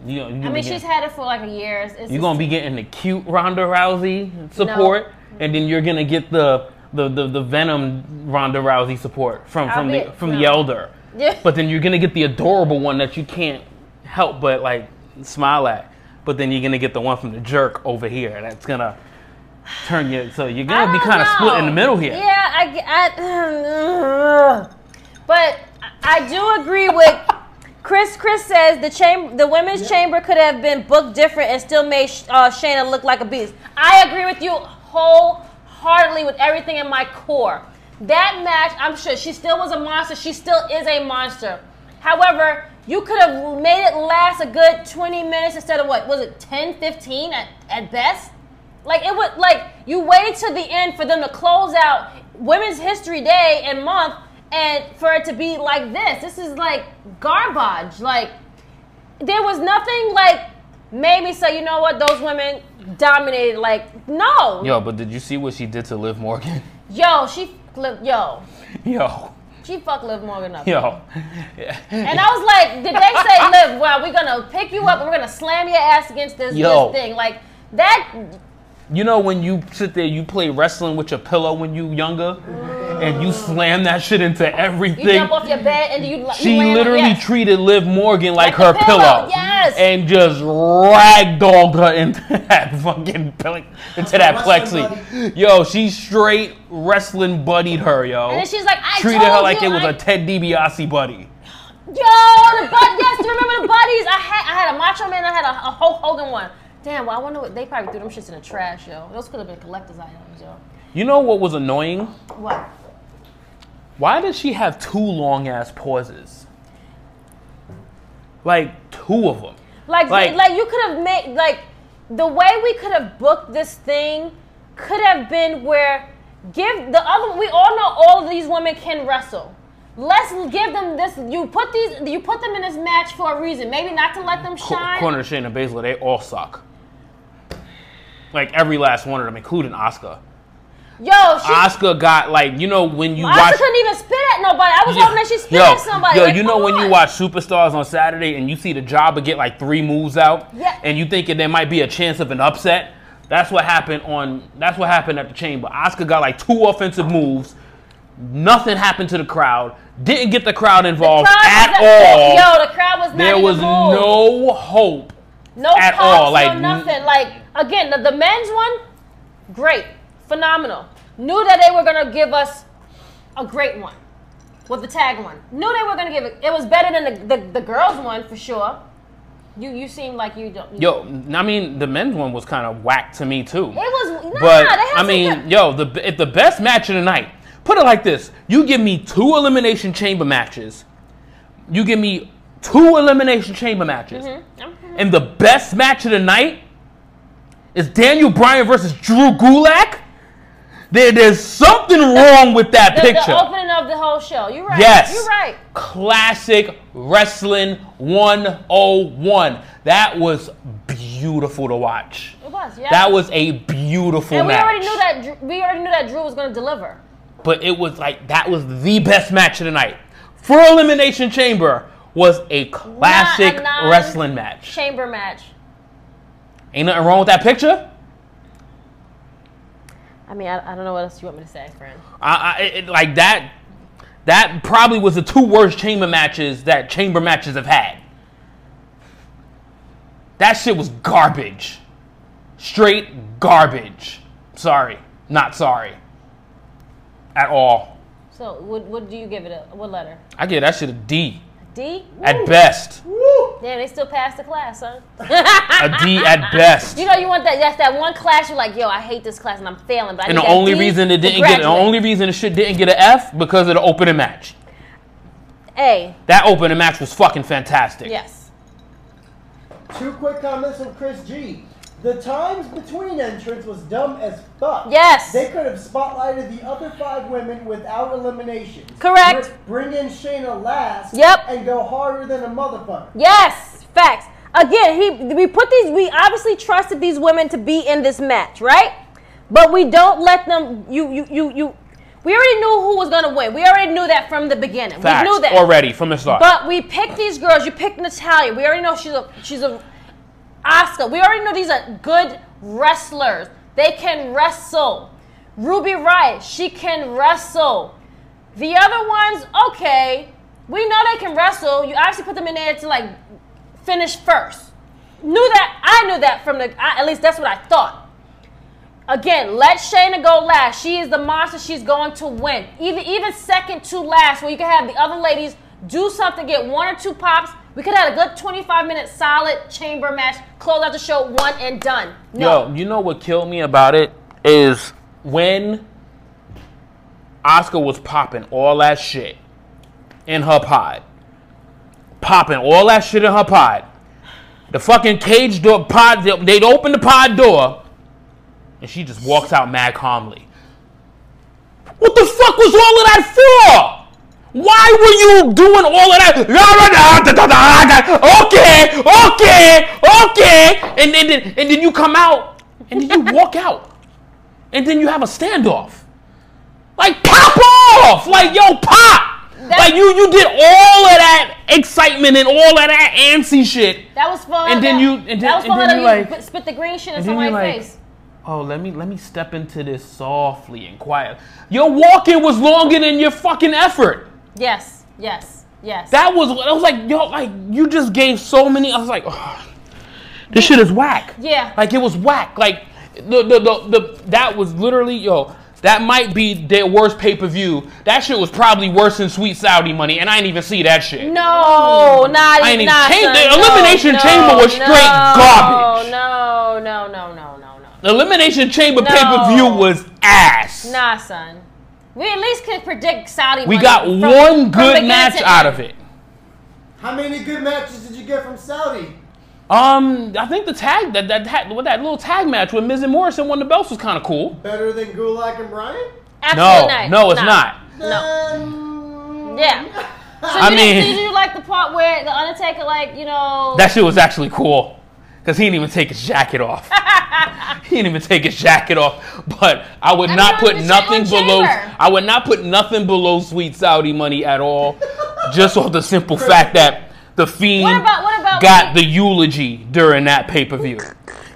A: you you
B: I mean, she's had it for like a year. It's- it's-
A: you're gonna be getting the cute Ronda Rousey support, and then you're gonna get the the, the, the venom Ronda Rousey support from,
B: I
A: from the
B: bet-
A: from the
B: no.
A: elder.
B: Yeah.
A: But then you're gonna get the adorable one that you can't help but like smile at. But then you're gonna get the one from the jerk over here that's gonna turn you. So you're
B: I
A: gonna be
B: don't
A: kind of split in
B: know.
A: the middle here.
B: Yeah, I, g- I- <sighs> but I do agree with Chris. Chris says the chamber, the women's chamber could have been booked different and still made Sh- uh, Shayna look like a beast. I agree with you wholeheartedly with everything in my core. That match, I'm sure she still was a monster. She still is a monster. However, you could have made it last a good 20 minutes instead of what was it 10, 15 at, at best. Like it would like you waited to the end for them to close out Women's History Day and month and for it to be like this. This is like garbage. Like there was nothing like made me say, you know what, those women dominated. Like, no. Yo,
A: Yo, but did you see what she did to Liv Morgan? <laughs>
B: she Liv- yo,
A: Yo,
B: she fucked Liv Morgan up.
A: yo.
B: And I was like, did they say, <laughs> Liv, well, we're gonna pick you up and we're gonna slam your ass against this,
A: Yo.
B: this thing. Like that
A: You know when you sit there, you play wrestling with your pillow when you younger, and you slam that shit into
B: you
A: everything.
B: jump off your bed and you you
A: she
B: land on-
A: literally
B: yes.
A: treated Liv Morgan
B: Like
A: like,
B: a
A: her
B: pillow,
A: pillow,
B: yes.
A: and just ragdolled her into <laughs> that fucking pil- into that
C: Wrestling
A: plexi. Yo, she straight wrestling buddied her, yo.
B: And then she's like, I
A: treated
B: told
A: her like
B: you,
A: it was
B: I-
A: a Ted DiBiase buddy.
B: Yo, the bud. Yes, do you remember the buddies? I had I had a Macho Man. I had a, a Hulk Hogan one. Damn. Well, I wonder what they probably threw them shits in the trash, yo. Those could have been collector's items, yo.
A: You know what was annoying?
B: What?
A: Why does she have two long ass pauses? Like two of them.
B: Like, like,
A: Like-
B: you could have made like the way we could have booked this thing could have been where Give the other. We all know all of these women can wrestle. Let's give them this. You put these. You put them in this match for a reason. Maybe not to let them
A: Co-
B: shine.
A: Corner Shayna Baszler, they all suck. Like every last one of them, including Oscar.
B: Yo, she.
A: Oscar got like you know when you
B: Oscar
A: watch.
B: couldn't even spit at nobody. I was hoping that she spit
A: yo,
B: at somebody.
A: Yo,
B: Like,
A: you know
B: come
A: when you
B: on.
A: watch Superstars on Saturday and you see the jobber get like three moves out,
B: Yeah.
A: and you thinking there might be a chance of an upset. That's what happened on. That's what happened at the chamber. Oscar got like two offensive moves. Nothing happened to the crowd. Didn't get the crowd involved
B: crowd
A: at
B: was
A: all.
B: Yo, the crowd was not
A: there
B: even
A: was
B: moved.
A: no hope.
B: no
A: at
B: pops,
A: all, like,
B: no nothing. Like again, the, the men's one, great, phenomenal. Knew that they were gonna give us a great one with the tag one. Knew they were gonna give it. It was better than the, the, the girls one for sure. You you seem like you don't. You,
A: Yo, I mean, the men's one was kind of whack to me too.
B: it was nah.
A: But
B: they had
A: I
B: some
A: mean,
B: good-
A: yo, the if the best match of the night. Put it like this: you give me two elimination chamber matches, you give me two elimination chamber matches,
B: Mm-hmm.
A: and the best match of the night is Daniel Bryan versus Drew Gulak. There, there's
B: <laughs>
A: something wrong with that
B: the,
A: picture.
B: the opening of the whole show. You're right.
A: Yes.
B: You're right.
A: Classic Wrestling 101. That was beautiful to watch.
B: It was. Yeah.
A: That was a beautiful
B: And we
A: match.
B: already knew that. Drew- We already knew that Drew was gonna deliver.
A: But it was like that was the best match of the night. For Elimination Chamber was a classic
B: non-
A: wrestling match.
B: Chamber match.
A: Ain't nothing wrong with that picture.
B: I mean, I, I don't know what else you want me to say, friend.
A: I, I it, like that. That probably was the two worst chamber matches that chamber matches have had. That shit was garbage. Straight garbage. Sorry. Not sorry. At all.
B: So, what, what do you give it a what letter?
A: I give that shit a D.
B: D?
A: At best.
C: Woo!
B: Yeah, they still passed the class, huh?
A: A D
B: <laughs>
A: at best.
B: You know, you want that. That's that one class. You're like, yo, I hate this class and I'm failing. But I
A: And
B: need
A: the
B: that
A: only
B: D
A: reason it
B: to
A: didn't get the
B: graduate.
A: only reason the shit didn't get an F because of the opening match.
B: A.
A: That opening match was fucking fantastic.
B: Yes.
C: Two quick comments from Chris G. The times between entrance was dumb as fuck.
B: Yes.
C: They could have spotlighted the other five women without eliminations.
B: Correct.
C: Br- Bring in Shayna last.
B: Yep.
C: And go harder than a motherfucker.
B: Yes. Facts. Again, he we put these. We obviously trusted these women to be in this match, right? But we don't let them. You you you you. We already knew who was gonna win. We already knew that from the beginning.
A: Facts
B: we knew that
A: already from the start.
B: But we picked these girls. You picked Natalia. We already know she's a she's a Oscar. We already know these are good wrestlers. They can wrestle. Ruby Riot, she can wrestle. The other ones, okay, we know they can wrestle. You actually put them in there to like finish first. Knew that I knew that from the I, at least that's what I thought. Again, let Shayna go last. She is the monster. She's going to win. Even even second to last, where you can have the other ladies do something, get one or two pops. We could have had a good 25 minute solid chamber match, close out the show one and done. No.
A: Yo, you know what killed me about it is when Oscar was popping all that shit in her pod. Popping all that shit in her pod. The fucking cage door pod, they- they'd open the pod door and she just walks out mad calmly. What the fuck was all of that for? Why were you doing all of that? Okay, okay, okay. And then, then- and then you come out and then you walk out. And then you have a standoff. Like pop off! Like yo, pop! like you you did all of that excitement and all of that antsy shit.
B: That was fun.
A: And then you- and then-
B: that was
A: and
B: fun.
A: then you
B: that you
A: like-
B: spit the green shit in
A: and then you
B: somebody's
A: like-
B: face.
A: Oh, let me let me step into this softly and quiet. Your walking was longer than your fucking effort.
B: Yes, yes, yes.
A: That was I was like, yo, like you just gave so many. I was like, oh, this shit is whack.
B: Yeah.
A: Like it was whack. Like the the the, the that was literally yo. That might be their worst pay per view. That shit was probably worse than Sweet Saudi Money, and I didn't even see that shit.
B: no, not
A: I ain't
B: even.
A: even-
B: Not,
A: Cham- the
B: son. No,
A: Elimination
B: no,
A: Chamber was straight
B: no,
A: garbage.
B: No, no, no, no, no, no.
A: The Elimination Chamber pay per view was ass.
B: Nah, son. We at least could predict Saudi.
A: We
B: money
A: got
B: from- from
A: one good
B: beginning
A: match
B: to
A: out
B: end.
A: of it.
C: How many good matches did you get from Saudi?
A: Um, I think the tag that that that, that little tag match with Miz and Morrison won the belts was kind of cool.
C: Better than Gulak and Bryan?
B: Absolutely
A: No,
B: not.
A: no, it's
B: Nah.
A: not.
B: No.
C: Then-
B: Yeah. So
A: I
B: you
A: mean-
B: didn't, did you like the part where the Undertaker, like you know,
A: That shit was actually cool. Cause he didn't even take his
B: <laughs>
A: jacket off. he didn't even take his jacket off. But I would
B: I
A: not
B: mean,
A: put
B: it's
A: nothing
B: Chamber.
A: below. I would not put nothing below Sweet Saudi money
B: <laughs>
A: at all. just off the simple fact that the fiend
B: What about- what about
A: got
B: when-
A: the eulogy during that pay per view.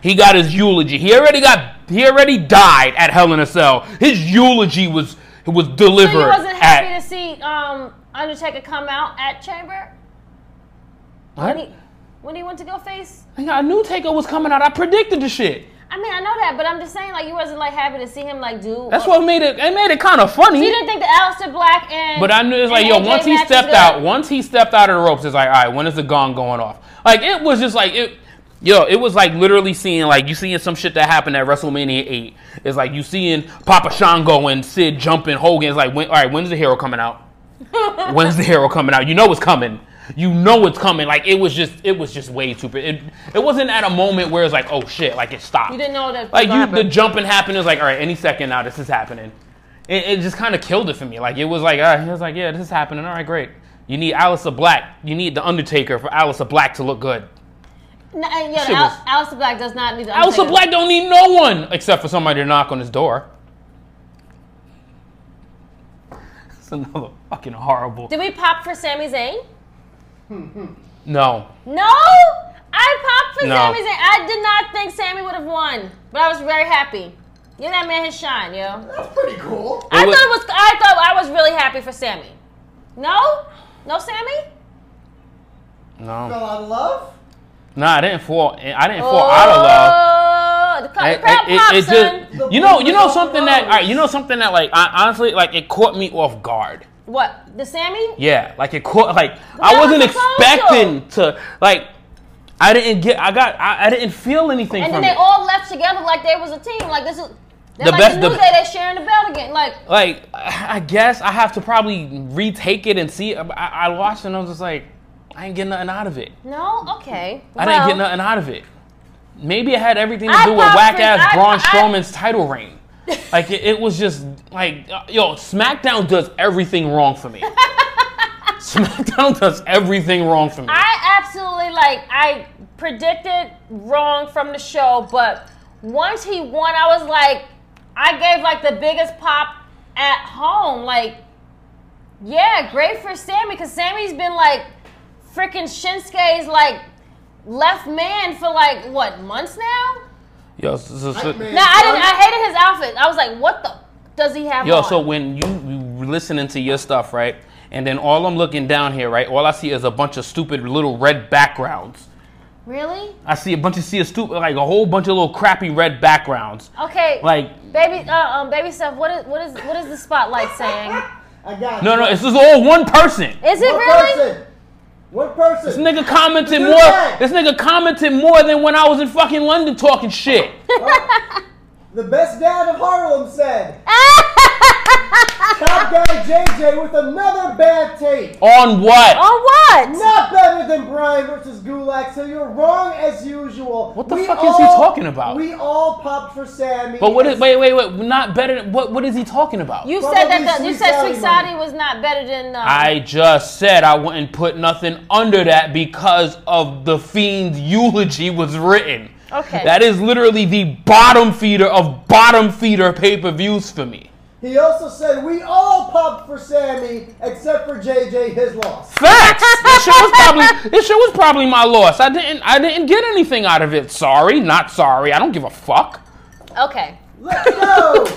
A: He got his eulogy. He already got. He already died at Hell in a Cell. His eulogy was was delivered.
B: so you wasn't happy
A: at,
B: to see um, Undertaker come out at Chamber
A: What?
B: when he when he went to go face.
A: I knew Taker was coming out. I predicted the shit.
B: I mean, I know that, but I'm just saying, like, you wasn't like happy to see him, like, do.
A: That's what made it. It made it kind of funny.
B: You didn't think the Alistair Black and.
A: But I knew it's like,
B: and
A: yo,
B: AJ
A: once he
B: match was
A: stepped
B: good?
A: out, once he stepped out of the ropes, it's like, all right, when is the gong going off? Like it was just like it, yo, it was like literally seeing like you seeing some shit that happened at WrestleMania eight. It's like you seeing Papa Shango and Sid jumping Hogan. It's like, when, all right, when's the hero coming out? when's the hero coming out? You know it's coming. You know it's coming. Like it was just, it was just way too. It, it wasn't at a moment where it's like, oh shit, like it stopped.
B: You didn't know that.
A: Like you, the
B: happened.
A: jumping happened. It was like, all right, any second now, this is happening. It, it just kind of killed it for me. Like it was like, uh, it was like, yeah, this is happening. All right, great. You need Alyssa Black. You need the Undertaker for Alyssa Black to look good.
B: No, and yeah,
A: shit
B: Al-
A: was-
B: Alistair Black does not need. the
A: Alyssa
B: Undertaker.
A: Black don't need no one except for somebody to knock on his door. <laughs> It's another fucking horrible.
B: Did we pop for Sami Zayn?
C: hmm,
A: No,
B: No, I popped for
A: No.
B: Sami Zayn. I did not think Sammy would have won, but I was very happy. Give that man his shine, yo.
C: That's pretty cool.
B: I
A: was-
B: thought it was. I thought I was really happy for Sammy. No, no, Sammy.
A: no.
C: Fell out of love.
A: Nah, I didn't fall. I didn't fall out of love.
B: Oh, The crowd,
A: It-
B: the crowd
A: it-
B: popped,
A: it- it
B: son.
A: just- you know, you know something that, all right, you know something that, like, I, honestly, like, it caught me off guard.
B: What? The Sammy?
A: Yeah, like it caught. Like
B: that
A: I
B: was
A: wasn't
B: supposed
A: expecting to. Like I didn't get. I got. I, I didn't feel anything
B: And
A: from
B: then they
A: it.
B: all left together like they was a team. Like this is. They're
A: The
B: like
A: best-
B: the new
A: the- Oh.
B: day. They're sharing the belt again. Like
A: like I I guess I have to probably retake it and see. It. I, I watched it and I was just like, I ain't getting nothing out of it.
B: no, okay.
A: I didn't get
B: Well,
A: nothing out of it. Maybe it had everything to
B: I
A: do with
B: thought
A: whack
B: for-
A: ass
B: I-
A: Braun
B: I-
A: Strowman's title reign. Like it, it was just like uh, yo, SmackDown does everything wrong for me. SmackDown does everything wrong for me.
B: <laughs> I absolutely like I predicted wrong from the show, but once he won, I was like, I gave like the biggest pop at home. Like, yeah, great for Sammy because Sammy's been like freaking Shinsuke's like left man for like what months now.
A: yo, so- so- so-
C: Man,
B: No, I didn't. I hated his outfit. I was like, what the f- does he have
A: Yo,
B: on?
A: so when you, you listening to your stuff, right? And then all I'm looking down here, right? All I see is a bunch of stupid little red backgrounds.
B: really?
A: I see a bunch of see a stupid like a whole bunch of little crappy red backgrounds.
B: Okay.
A: Like
B: baby, uh, um, baby stuff. What is what is what is the spotlight
C: <laughs>
B: saying?
C: I got
A: no,
C: you.
A: no, it's just all one person.
B: Is it
C: One
B: really?
C: person. One person.
A: This nigga commented
C: Who's
A: more.
C: that?
A: This nigga commented more than when I was in fucking London talking shit.
C: Oh. The best dad of Harlem said. Top guy JJ with another bad tape.
A: On
B: <laughs>
A: what?
B: On what?
C: Not better than Brian versus Gulak, so you're wrong as usual.
A: What the fuck is he talking about?
C: We all popped for Sammy.
A: But what is? Wait, wait, wait. Not better. Than, what? What is he talking about?
B: You
C: Probably
B: said that the, you
C: Sweet
B: said
C: Sally
B: Sweet
C: money.
B: Saudi was not better than. Um,
A: I just said I wouldn't put nothing under that because of the fiend's eulogy was written.
B: Okay.
A: That is literally the bottom feeder of bottom feeder pay per views for me.
C: He also said we all popped for Sammy except for JJ, his loss.
A: Facts. this shit was
B: <laughs>
A: probably this shit was probably my loss. I didn't I didn't get anything out of it. Sorry, not sorry. I don't give
B: <laughs>
A: a fuck.
B: okay.
C: Let's
A: <laughs>
C: go!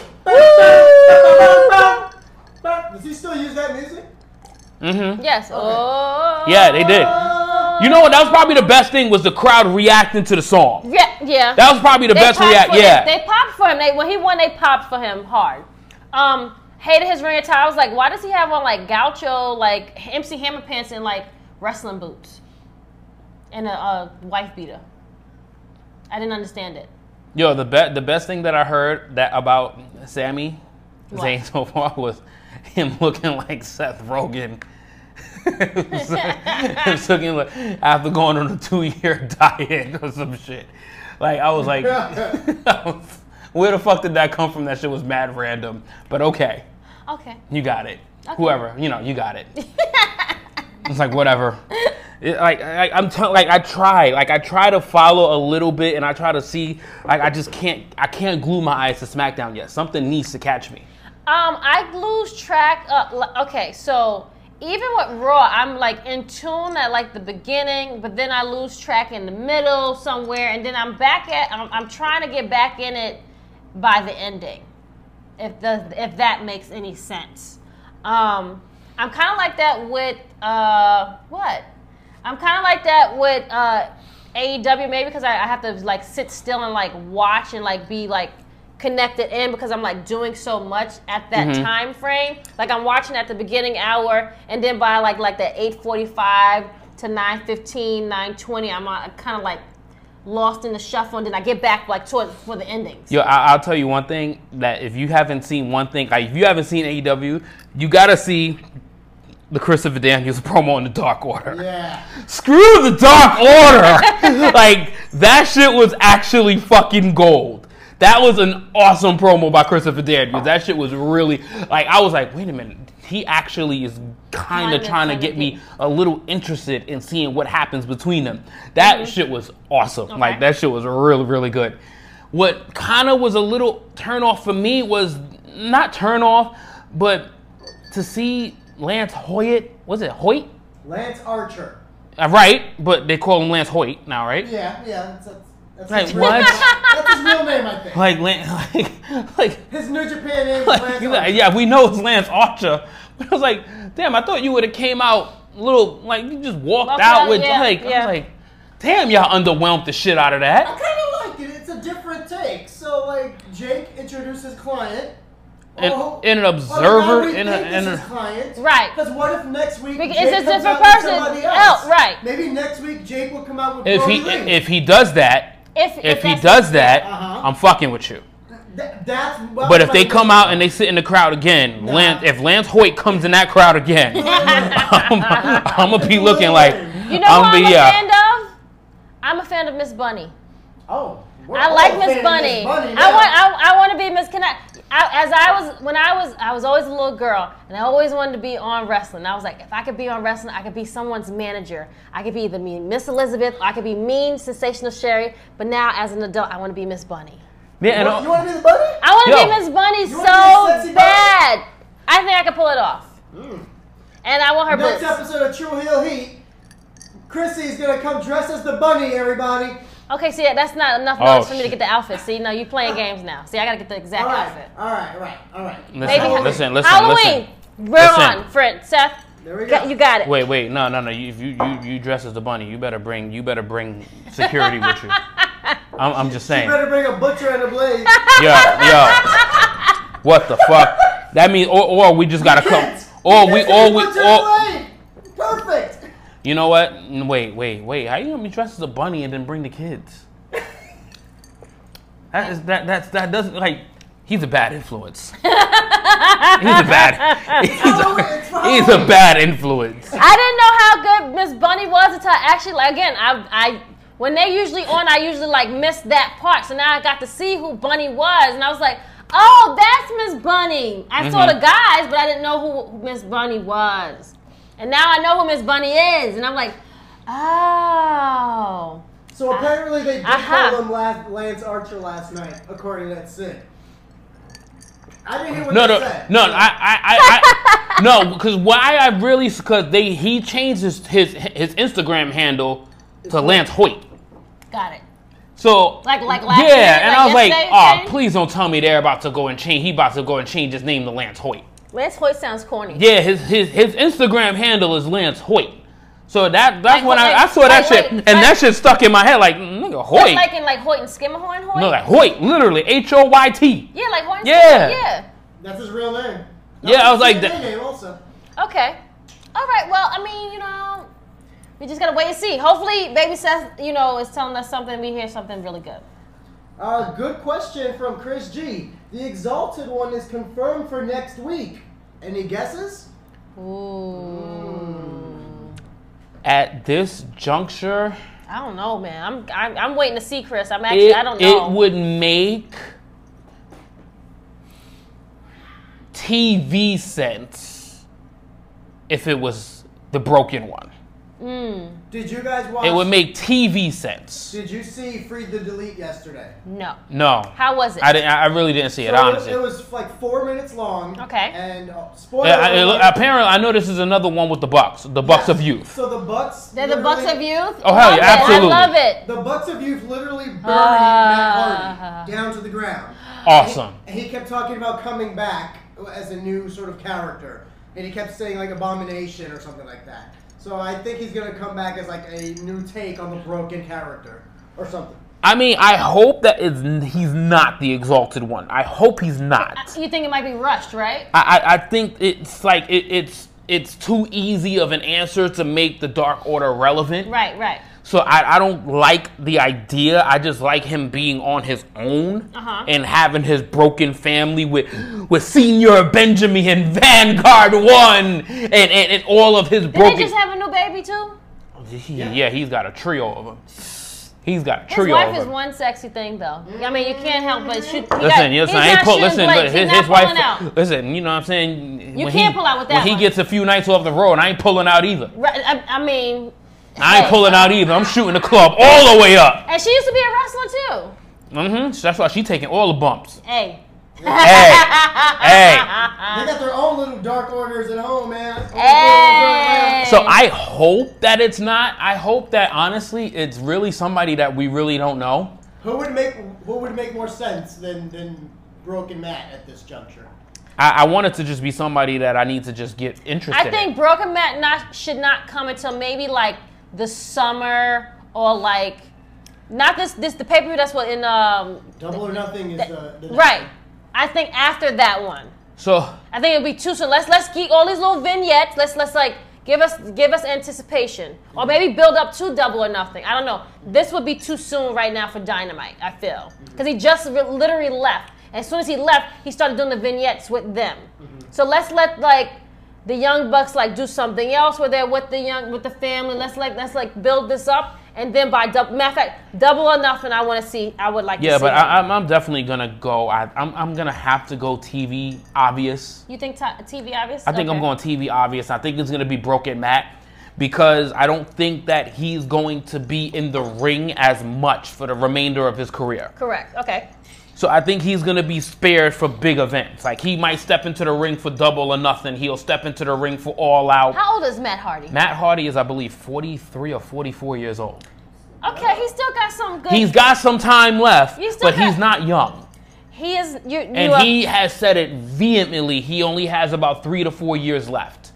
C: Does he still use that music?
B: Yes. Oh.
A: Yeah, they did. Mm-hmm. You know what? That was probably the best thing was the crowd reacting to the song.
B: Yeah. Yeah.
A: That was probably the
B: They
A: best
B: popped
A: react.
B: for
A: Yeah.
B: Him. They popped for him. They when he won, they popped for him hard. Um, hated his ring attire. I was like, why does he have on like gaucho, like MC Hammer pants and like wrestling boots, and a uh, wife beater? I didn't understand it.
A: Yo, the best the best thing that I heard that about Sammy
B: What?
A: Zayn so far <laughs> was him looking like Seth Rogen. <laughs> It's looking like after going <laughs> on a two year diet or some shit. Like <laughs> I was like, I was- Where the fuck did that come from? That shit was mad random. But okay,
B: Okay.
A: you got it. Whoever, you know, you got it. it's like whatever. It- like I, I'm tell like I try, like I try to follow a little bit, and I try to see. Like I just can't, I can't glue my eyes to SmackDown yet. Something needs to catch me.
B: <laughs> Um, I lose track of. li- Okay, so even with Raw, I'm like in tune at like the beginning, but then I lose track in the middle somewhere, and then I'm back at. I'm, I'm trying to get back in it by the ending, if the if that makes any sense. Um, I'm kind of like that with uh what? I'm kind of like that with uh AEW maybe because I, I have to like sit still and like watch and like be like connected in because I'm like doing so much at that time frame. Like I'm watching at the beginning hour and then by like like the 8:45 to 9:15, 9:20, I'm uh, kind of like lost in the shuffle and then I get back like towards for the endings.
A: Yo, I, I'll tell you one thing that if you haven't seen one thing, like if you haven't seen AEW, you gotta see the Christopher Daniels <laughs> promo in the Dark Order.
C: Yeah.
A: Screw the
B: <laughs>
A: Dark Order! like that shit was actually fucking gold. That was an awesome promo by Christopher Daniels. That shit was really like I was like, wait a minute, he actually is kind
B: Kinda
A: of
B: trying
A: trying to
B: to
A: get me
B: get-
A: a little interested in seeing what happens between them.
B: Mm-hmm.
A: That shit was awesome. Like that shit was really, really good. What kind of was a little turn off for me was not turn off, but to see Lance Hoyt, was it Hoyt?
C: Lance Archer.
A: Uh, right, but they call him Lance Hoyt now, right?
C: Yeah, yeah. That's, that's, that's
A: Like
C: his real-
A: what?
C: That's his real name, I think.
A: like Lance, <laughs> like, like,
C: his New Japan name is
A: like,
C: Lance
A: he's like,
C: Archer.
A: yeah, we know it's Lance Archer, <laughs> but I was like, damn, I thought you would have came out a little like you just walked
B: Walked
A: out
B: out,
A: with
B: yeah,
A: like, I
B: yeah.
A: was like, damn, y'all underwhelmed the shit out of that.
C: I kind of like it. It's a different take. So like Jake introduces client.
A: An-
C: Oh,
A: an
C: well,
A: observer,
C: now we
A: and a-
C: think this
A: and a-
C: is client.
B: Right.
C: Because what if next week
B: Because
C: Jake
B: it's a
C: comes
B: different
C: out with
B: person.
C: somebody else?
B: Oh, right.
C: Maybe next week Jake will come out with
A: If
C: Brody
A: he
C: Lee.
A: if he does that,
B: If
A: if he
B: that's-
A: does that,
C: Uh-huh.
A: I'm fucking with you.
C: Th- that's what
A: But if
C: I'm
A: they
C: like-
A: come out and they sit in the crowd again,
C: Nah.
A: Lance, if Lance Hoyt comes in that crowd again,
B: <laughs>
A: <laughs> I'm, gonna be looking like
B: You know
A: I'm
B: who I'm
A: be
B: a
A: yeah.
B: fan of? I'm a fan of Miss Bunny.
C: oh, we're
B: I
C: all
B: like
C: a fan
B: Miss
C: of
B: Bunny. I
C: now.
B: want I, I want to be Miss Connect. I, as I was when I was I was always a little girl and I always wanted to be on wrestling. I was like, if I could be on wrestling, I could be someone's manager. I could be either be Miss Elizabeth or I could be mean sensational Sherry. But now as an adult, I want to be Miss Bunny.
A: Yeah, and
C: What,
A: I-
C: you want to be the bunny?
B: I want to
A: Yo.
B: be Miss Bunny
C: You wanna be a
B: so
C: sexy bunny? Mm.
B: bad. I think I could pull it off. And I want her
C: Next
B: boots.
C: episode of True Heel Heat, Chrissy is gonna come dressed as the bunny. Everybody.
B: Okay, see, that's not enough
A: Oh,
B: knowledge for me to get
A: shit.
B: the outfit. See, no, you playing games now. See, I gotta get the exact
C: All right.
B: outfit.
C: All right. All right. All right.
A: Listen,
B: Maybe-
A: listen, listen,
B: Halloween.
A: listen.
B: We're
A: Listen.
B: on, friend. Seth,
C: There we
B: got-
C: go.
B: you got it.
A: Wait, wait, no, no, no. You, if you, you you dress as the bunny, you better bring you better bring security with you. I'm, I'm just saying.
C: You better bring a butcher and
A: <laughs>
C: a blade.
A: Yo, yo. What the fuck? That means or, or we just gotta come
C: Kids,
A: or
C: you
A: we or
C: guys got a
A: we
C: butcher
A: or
C: and a blade. Perfect.
A: you know what? Wait, wait, wait. How you gonna be dressed as a bunny and then bring the
C: <laughs>
A: kids? That is that that's that doesn't like he's a bad
C: <laughs>
A: influence. He's a bad he's
C: Halloween, it's for
A: a, he's a
C: Halloween.
A: bad influence.
B: I didn't know how good Miss Bunny was until I actually, like, again, I, I, when they usually on, I usually like miss that part. So now I got to see who Bunny was, and I was like, oh, that's Miss Bunny. I saw
A: Mm-hmm.
B: the guys, but I didn't know who- who Miss Bunny was, and now I know who Miss Bunny is, and I'm like, oh.
C: So apparently they did
B: Aha.
C: call him La- Lance Archer last night, according to that Sid. I didn't hear what
A: No,
C: they
A: no,
C: said.
A: no, I, I, I, <laughs> I no, because why I really, because they, he changed his, his, his Instagram handle to Lance Hoyt.
B: Got it.
A: So
B: Like- like last
A: yeah,
B: year,
A: and
B: like
A: I was like,
B: yesterday,
A: oh,
B: okay?"
A: please don't tell me they're about to go and change. He about to go and change his name to Lance Hoyt.
B: Lance Hoyt sounds corny.
A: Yeah, his his his Instagram handle is Lance Hoyt. So that that's
B: Like,
A: when I,
B: like-
A: I saw that
B: like,
A: shit,
B: like-
A: and that
B: like-
A: shit stuck in my head like nigga
B: Just
A: Hoyt.
B: like in like Hoyt and Skimmerhorn Hoyt.
A: no, like Hoyt, literally H O Y T.
B: Yeah, like Hoyt. And
A: Yeah.
B: Skimmerhorn, yeah.
C: That's his real name.
A: Yeah, I was like
C: his
A: that-
C: name also.
B: Okay. All right. Well, I mean, you know, we just gotta wait and see. Hopefully, Baby Seth, you know, is telling us something. We hear something really good.
C: Uh, good question from Chris G. The Exalted one is confirmed for next week. Any guesses?
B: Ooh.
A: At this juncture,
B: I don't know, man. I'm I'm, I'm waiting to see Chris. I'm actually
A: it,
B: I don't
A: it
B: know.
A: would make TV sense if it was the broken one.
B: Mm,
C: Did you guys watch?
A: It would make TV sense.
C: Did you see Freed the Delete yesterday?
B: No.
A: No.
B: How was it?
A: I didn't. I really didn't see it.
C: So
A: honestly.
C: It was, it was like four minutes long.
B: Okay.
C: And uh, spoiler.
A: Yeah, I- it-
C: alert-
A: apparently, I know this is another one with the Bucks. The Bucks of Youth.
C: So the Bucks.
B: They're the Bucks of
C: literally-
B: Youth.
A: Oh, hell
B: Love
A: yeah,
B: it.
A: absolutely.
B: I love it.
C: The Bucks of Youth literally
B: Uh,
C: buried Matt
B: Ah.
C: Hardy down to the ground.
A: Awesome.
C: And he kept talking about coming back as a new sort of character, and he kept saying like abomination or something like that. So I think he's gonna come back as like a new take on the broken character or something.
A: I mean, I hope that it's, he's not the exalted one. I hope he's not.
B: You think it might be rushed, right?
A: I, I, I think it's like it, it's it's too easy of an answer to make the Dark Order relevant.
B: Right, right.
A: So I, I don't like the idea. I just like him being on his own
B: Uh-huh.
A: and having his broken family with with Senior Benjamin and Vanguard One and, and, and all of his
B: Did
A: broken.
B: they just have a new baby too?
A: He- yeah, he's got a trio of them. He's got a
B: His
A: trio
B: wife
A: of
B: is
A: them.
B: one sexy thing, though. I mean, you can't help but shoot. he
A: Listen,
B: got-
A: yes,
B: he's
A: I ain't
B: not
A: put.
B: shooting
A: Listen,
B: blanks.
A: but his,
B: He's not
A: his wife.
B: pulling out.
A: Listen, you know what I'm saying.
B: You can't pull out with that
A: When
B: one.
A: he gets a few nights off the road, I ain't pulling out either.
B: Right, I, I mean,
A: I ain't
B: hey.
A: pulling out either. I'm shooting the club all the way up.
B: And she used to be a wrestler
A: Mm-hmm. So that's why she taking all the bumps.
B: too. Hey.
A: Hey, hey.
C: They got their own little dark orders at home, man.
B: Hey.
A: So I hope that it's not. I hope that honestly, it's really somebody that we really don't know.
C: Who would make who would make more sense than than broken Matt at this juncture?
A: I, I want it to just be somebody that I need to just get interested.
B: <laughs> I
A: in.
B: think Broken Matt not, should not come until maybe like the summer or like not this this the pay per view that's what in um
C: Double or nothing is uh, the, the
B: right. I think after that one,
A: so.
B: I think it'll be too soon. Let's let's keep all these little vignettes. Let's let's like give us give us anticipation or maybe build up to Double or Nothing. I don't know. This would be too soon right now for Dynamite. I feel
A: Mm-hmm.
B: because he just re- literally left. As soon as he left, he started doing the vignettes with them.
A: Mm-hmm.
B: So let's let like the young bucks like do something else where they're with the young with the family. Let's like let's like build this up and then by double matter of fact, double or nothing. I want to see. I would like
A: Yeah,
B: to see
A: but
B: that.
A: I, I'm, I'm definitely gonna go. I, I'm, I'm gonna have to go TV obvious.
B: you think t- TV obvious?
A: I think I'm going TV obvious. I think it's gonna be Broken Matt because I don't think that he's going to be in the ring as much for the remainder of his career.
B: Correct. Okay.
A: So I think he's gonna be spared for big events. Like he might step into the ring for double or nothing. He'll step into the ring for all out.
B: How old is Matt Hardy?
A: Matt Hardy is, I believe, 43 or 44 years old.
B: Okay, he still got some good.
A: He's got some time left,
B: You still
A: but he's
B: got-
A: not young.
B: He is. You, you
A: And
B: are,
A: he has said it vehemently. He only has about three to four years left.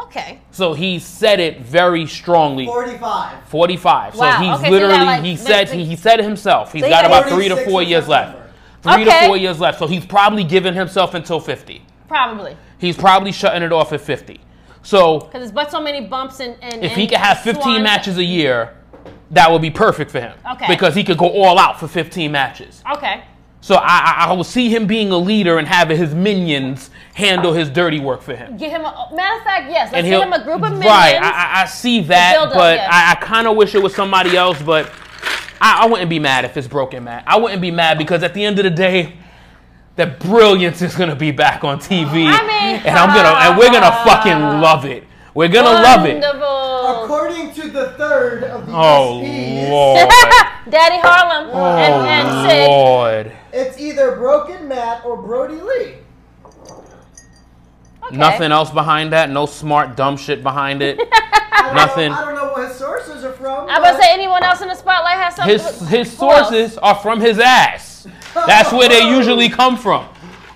B: Okay.
A: So he said it very strongly.
C: forty-five.
A: 45.
B: Wow, okay,
A: So he's
B: so you got,
A: literally,
B: like,
A: he
B: next
A: said
B: thing-
A: he said it himself. He's
B: So you
A: got
B: got
A: about three to
C: 46
A: four
C: in
A: years left.
C: September.
A: Three to
B: Okay.
A: four years left. So he's probably giving himself until 50.
B: Probably.
A: He's probably shutting it off at 50. So
B: Because there's but so many bumps and. and
A: if
B: and
A: he could have 15
B: swans.
A: matches a year, that would be perfect for him.
B: Okay.
A: Because he could go all out for 15 matches.
B: Okay.
A: So I, I, I will see him being a leader and having his minions handle his dirty work for him.
B: Get him a. Matter of fact, yes. Let's
A: and
B: get
A: he'll
B: him a group of minions.
A: Right, I- I, I see that,
B: build up,
A: but
B: yeah.
A: I, I kind of wish it was somebody else. But I, I wouldn't be mad if it's broken, Matt. I wouldn't be mad because at the end of the day, that brilliance is gonna be back on TV,
B: I mean-
A: and I'm gonna and we're gonna fucking love it. We're gonna love it.
B: Wonderful.
C: According to the third of the
A: Oh
C: SPs,
A: lord,
B: <laughs> Daddy Harlem and, and Sid.
A: oh lord.
C: it's either broken Matt or Brody Lee.
B: Okay.
A: Nothing else behind that. No smart dumb shit behind it.
B: <laughs>
C: I don't
A: Nothing.
C: Know, I don't know what his sources are from.
B: I was
C: but-
B: about to say anyone else in the spotlight has something.
A: his
B: with-
A: his
B: who else?
A: sources are from his ass. That's where they
B: <laughs>
A: usually come from.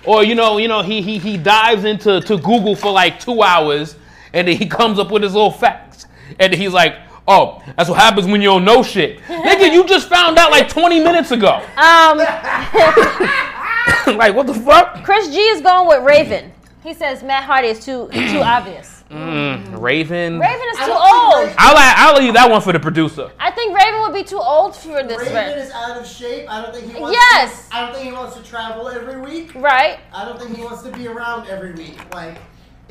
A: Or you know, you know, he he he dives into to Google for like two hours, and then he comes up with his little facts, and he's like, "Oh, that's what happens when you don't know shit, nigga. You just found out like 20 minutes ago. <laughs>
B: Um,
A: like, what the fuck?
B: Chris G is going with Raven. He says Matt Hardy is too too obvious.
A: Mm. Raven.
B: Raven is
C: I
B: too
C: don't think
B: old.
C: Raven-
A: I'll I'll leave that one for the producer.
B: I think Raven would be too old for this.
C: Raven
B: right?
C: is out of shape. I don't think he wants.
B: Yes.
C: I don't think he wants to travel every week.
B: Right.
C: I don't think he wants to be around every week. Like, i-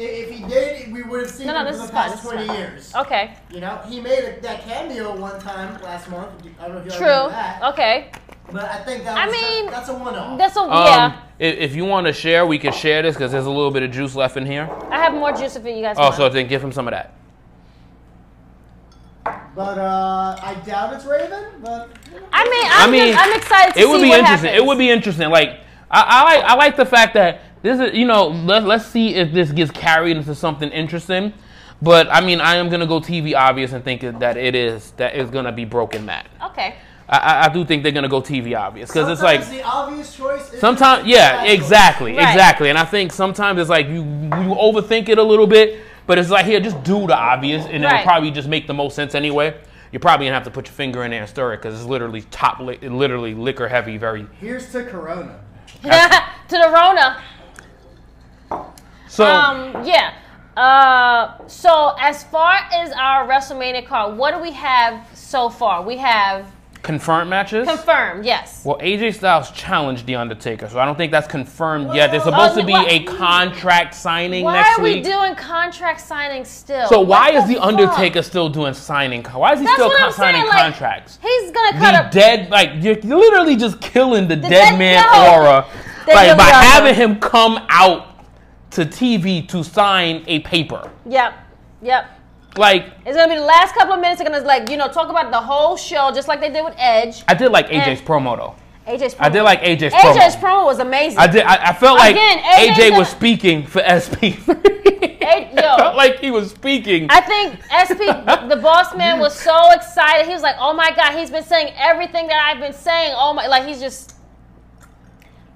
C: if he did, we would have seen
B: No, no,
C: him
B: this
C: for
B: is
C: the
B: fine.
C: past
B: this is
C: 20
B: fine.
C: years.
B: Okay.
C: You know, he made a, that cameo one time last month. I don't know if you
B: True.
C: remember that.
B: Okay.
C: But I think that
B: I
C: was,
B: mean,
C: that's a one-off.
B: That's a
A: Um,
B: yeah.
A: i- if, you want to share, we can share this because there's a little bit of juice left in here.
B: I have more juice if you guys
A: Oh,
B: want.
A: so then give him some of that.
C: But uh, I doubt it's Raven. But you know.
B: I mean, I'm,
A: I mean,
B: just- I'm excited to
A: it would
B: see
A: be
B: what
A: interesting.
B: happens.
A: It would be interesting. Like I, I like I like the fact that this is you know let let's see if this gets carried into something interesting. But I mean, I am gonna go TV obvious and think that it is that is gonna be broken Matt.
B: okay. <laughs>
A: I, I, I do think they're gonna go TV obvious because it's like
C: Sometimes the obvious choice. Is
A: sometimes yeah exactly
B: Right.
A: exactly and I think sometimes it's like you you overthink it a little bit but it's like here just do the obvious and it'll
B: Right.
A: probably just make the most sense anyway. You're probably gonna have to put your finger in there and stir it because it's literally top li- literally liquor heavy very
C: Here's to Corona.
B: to the Rona.
A: So
B: Um, yeah. Uh, so as far as our WrestleMania card, what do we have so far? We have
A: confirmed matches.
B: confirmed, yes.
A: well, AJ Styles challenged The Undertaker, so I don't think that's confirmed yet. There's supposed
B: Oh,
A: to be
B: what-
A: a contract signing
B: Why
A: next
B: are we
A: week.
B: doing contract signing still?
A: so why
B: What
A: is The
B: fuck?
A: Undertaker still doing signing? co- Why is he
B: That's
A: still
B: what
A: co-
B: I'm
A: signing
B: saying. Like,
A: contracts?
B: he's gonna cut
A: The
B: a
A: dead, like you're you're literally just killing the, dead,
B: dead-
A: man
B: no.
A: aura,
B: They
A: like
B: really
A: by
B: are.
A: having him come out to TV to sign a paper.
B: Yep. Yep.
A: Like
B: It's gonna be the last couple of minutes. They're gonna like you know talk about the whole show just like they did with Edge.
A: I did like AJ's
B: Eh.
A: promo though.
B: AJ's promo.
A: I did like AJ's,
B: AJ's
A: promo.
B: promo was amazing.
A: I did. I, I felt like
B: Again,
A: AJ,
B: AJ
A: was
B: said-
A: speaking for
B: <laughs>
A: <laughs> SP.
B: A- yo.
A: I felt like he was speaking.
B: I think SP, the boss man, was so excited. He was like, "Oh my god, he's been saying everything that I've been saying. Oh my, like he's just."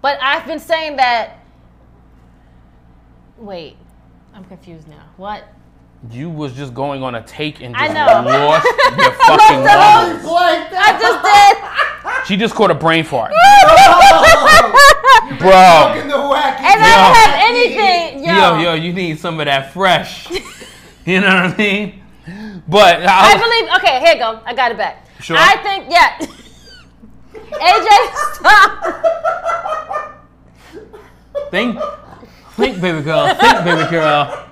B: But I've been saying that. Wait, I'm confused now. What?
A: you was just going on a take and
B: I
A: just
B: know. <laughs>
A: lost your fucking
B: the whole-
A: mind.
B: Oh, I
C: Like that.
B: just did.
A: <laughs> She just caught a brain
B: <laughs>
A: fart,
B: and
C: Fucking
A: bro.
C: the wacky.
B: I
A: Yo.
B: don't have anything, yo.
A: Yo, yo, you need some of that fresh. you know what I mean? But
B: I
A: I,
B: believe. Okay, here you go. I got it back.
A: Sure.
B: I think yeah. AJ, stop.
A: think, <laughs> think, baby girl, think, baby girl.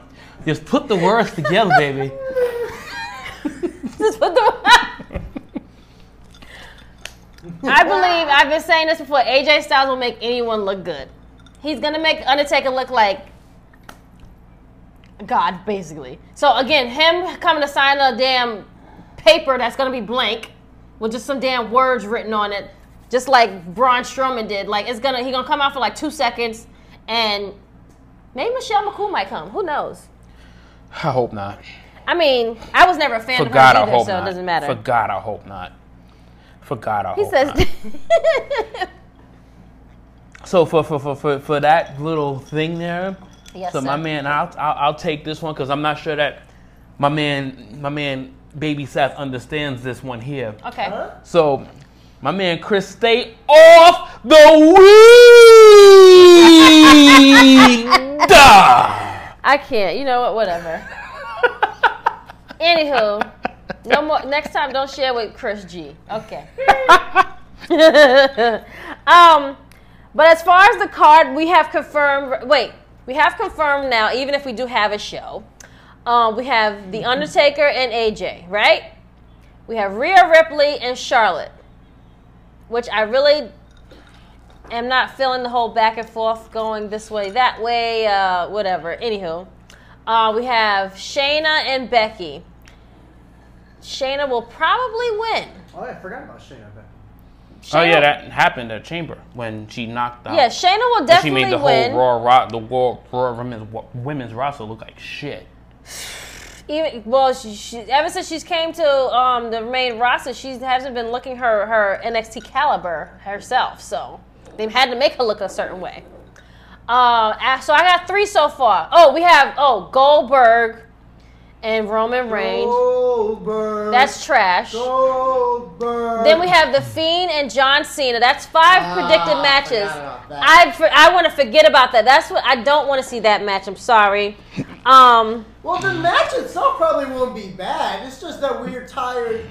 A: Just put the words together, baby.
B: Just put the. I believe I've been saying this before. AJ Styles will make anyone look good. He's gonna make Undertaker look like God, basically. So again, him coming to sign a damn paper that's gonna be blank with just some damn words written on it, just like Braun Strowman did. Like it's gonna he gonna come out for like two seconds, and maybe Michelle McCool might come. Who knows?
A: I hope not.
B: I mean, I was never a fan
A: For
B: of
A: God,
B: her
A: I
B: either,
A: hope
B: so
A: not.
B: it doesn't matter.
A: For God, I hope not. For God, I
B: He
A: hope
B: says, <laughs>
A: not. So for for, for, for for that little thing there,
B: Yes,
A: so
B: sir.
A: my man, I'll, I'll I'll take this one because I'm not sure that my man my man Baby Seth understands this one here.
B: okay.
A: So my man Chris, stay off the <laughs> weed.
B: I can't. You know what? Whatever. <laughs> Anywho, no more. Next time, don't share with Chris G. Okay. um, but as far as the card, we have confirmed. Wait, we have confirmed now. Even if we do have a show, um, we have the Undertaker and AJ, right? We have Rhea Ripley and Charlotte, which I really am not feeling the whole back and forth going this way, that way, uh, whatever. Anywho, uh, we have Shayna and Becky. Shayna will probably win.
C: Oh, I forgot about Shayna. Beck.
A: oh
B: Shayna-
A: yeah, that happened at Chamber when she knocked out.
B: Yeah, Shayna will
A: she
B: definitely
A: made the
B: win.
A: whole raw, raw the raw, raw women's women's roster look like shit.
B: Even well, she, she, ever since she's came to um, the main roster, she hasn't been looking her her NXT caliber herself. So they had to make her look a certain way. Uh, ah, so I got three so far. Oh, we have oh Goldberg and Roman Reigns.
C: Goldberg.
B: That's trash.
C: Goldberg.
B: Then we have The Fiend and John Cena. That's five
C: Oh. Ah,
B: predicted
C: I
B: matches.
C: forgot about that.
B: I for, I want to forget about that. That's what I don't want to see that match. I'm
C: <laughs>
B: sorry. Um,
C: Well, the match itself probably won't be bad. It's just that we're tired.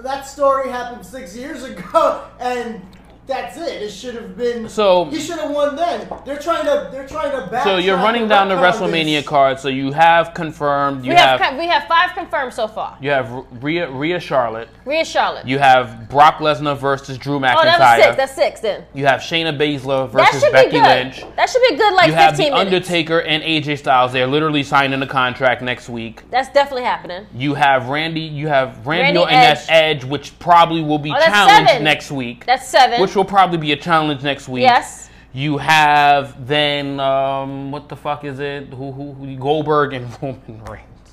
C: That story happened six years ago, <laughs> and That's it. It should have been.
A: So-
C: he should have won then. They're trying to. They're trying to back.
A: So you're running down the WrestleMania card. So you have confirmed. You
B: We have, co- we have five confirmed so far.
A: you have Rhea, Rhea Charlotte.
B: Rhea Charlotte.
A: You have Brock Lesnar versus Drew McIntyre.
B: oh, that was six. That's six then.
A: you have Shayna Baszler
B: That
A: versus
B: should
A: Becky
B: be good.
A: Lynch.
B: That should be a good like
A: You
B: 15
A: have The
B: minutes.
A: Undertaker and AJ Styles. They're literally signing a contract next week.
B: That's definitely happening.
A: You have Randy. You have Randy,
B: Randy
A: Orton
B: Edge.
A: as Edge, which probably will be
B: Oh, that's
A: challenged
B: seven.
A: next week.
B: That's seven.
A: which will probably be a challenge next week.
B: Yes.
A: You have then um, what the fuck is it? Who who, who Goldberg and <laughs> Roman Reigns?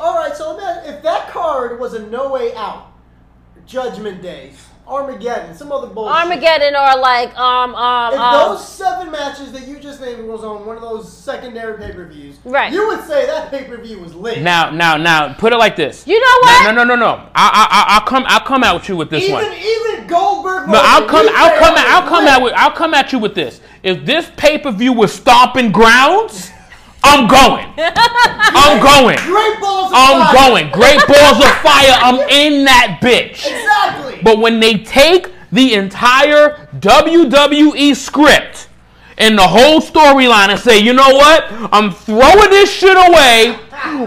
C: All right, so ima- if that card was a no way out, Judgment Day, Armageddon, some other bullshit.
B: Armageddon or like um um
C: If
B: um,
C: those seven matches that you just named was on one of those secondary pay per views,
B: Right.
C: You would say that pay per view was lit.
A: Now now now put it like this.
B: You know what?
A: No no no no. no. I I I- I'll come I'll come out with you with this
C: even
A: one.
C: even Goldberg.
A: No, I'll come I'll come
C: out.
A: I'll come out with I'll come at you with this. If this pay per view was stomping grounds, I'm going. I'm going.
C: Great balls. Of
B: <laughs>
A: I'm
C: fire.
A: going. Great balls of fire. I'm in that bitch.
C: Exactly.
A: But when they take the entire WWE script and the whole storyline and say, you know what? I'm throwing this shit away.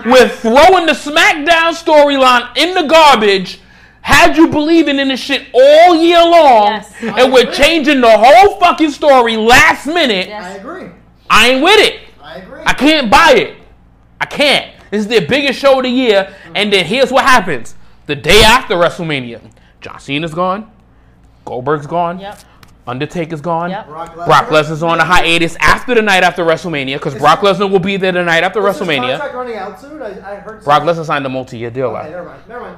A: We're throwing the SmackDown storyline in the garbage. Had you believing in this shit all year long,
B: Yes.
A: and we're changing the whole fucking story last minute,
B: Yes.
C: I agree.
A: I ain't with it.
C: I agree.
A: I can't buy it. I can't. This is their biggest show of the year, and then here's what happens: the day after WrestleMania, John Cena's gone, Goldberg's gone,
B: Yep.
A: Undertaker's gone,
B: Yep.
C: Brock Lesnar.
A: Brock Lesnar's on a hiatus after the night after WrestleMania because Brock Lesnar will be there the night after
C: Is his
A: WrestleMania.
C: contract running out soon. I, I heard.
A: Brock
C: something.
A: Lesnar signed a multi-year deal.
C: Okay, never mind. Never mind.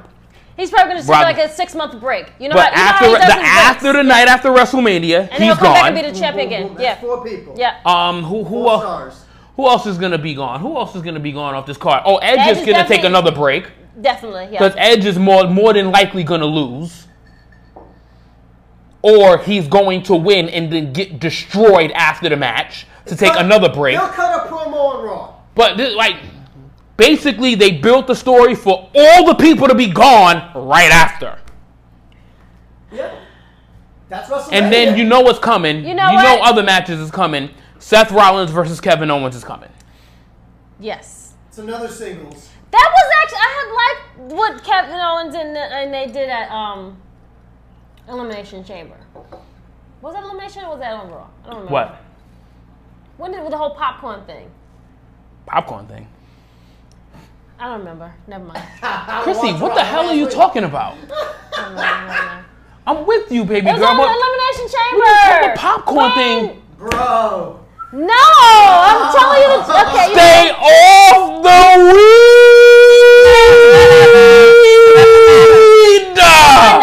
B: he's probably gonna take
A: Rob-
B: like a six month break. You know
A: but
B: what?
A: after
B: you
A: the
B: know how he does his breaks.
A: after the night after WrestleMania,
B: and
A: he's
B: he'll come
A: gone.
B: back and be the champion
C: Boom,
B: again.
C: boom, boom.
B: Yeah,
C: That's Four people.
B: yeah.
A: um, who who
C: Four
A: else?
C: stars.
A: Who else is gonna be gone? Who else is gonna be gone off this card? Oh, Edge,
B: Edge
A: is
B: is
A: gonna take
B: definitely-
A: another break.
B: Definitely. Yeah.
A: Because Edge is more more than likely gonna lose. Or he's going to win and then get destroyed after the match to take
C: Cut-
A: another break.
C: They'll cut a promo on Raw.
A: But this, like basically they built the story for all the people to be gone right after.
C: Yep. That's WrestleMania.
A: And then you know what's coming.
B: You know
A: you know
B: what?
A: other matches is coming. Seth Rollins versus Kevin Owens is coming.
B: Yes.
C: It's
D: <laughs>
C: another singles.
B: That was actually I had liked what Kevin Owens and and they did at um Elimination Chamber. Was that Elimination or was that on Raw? I don't remember.
A: What?
B: When did with the whole popcorn thing?
A: Popcorn thing.
B: I don't remember. Never mind.
A: Chrissy, what the hell are you
D: <laughs>
A: talking about? I'm with you, baby
B: It was
A: girl.
B: on the
A: but-
B: Elimination Chamber.
A: talking popcorn
B: When?
A: thing.
C: Bro.
B: No, I'm telling you. The, okay, you
A: Stay off the weed.
B: <laughs> I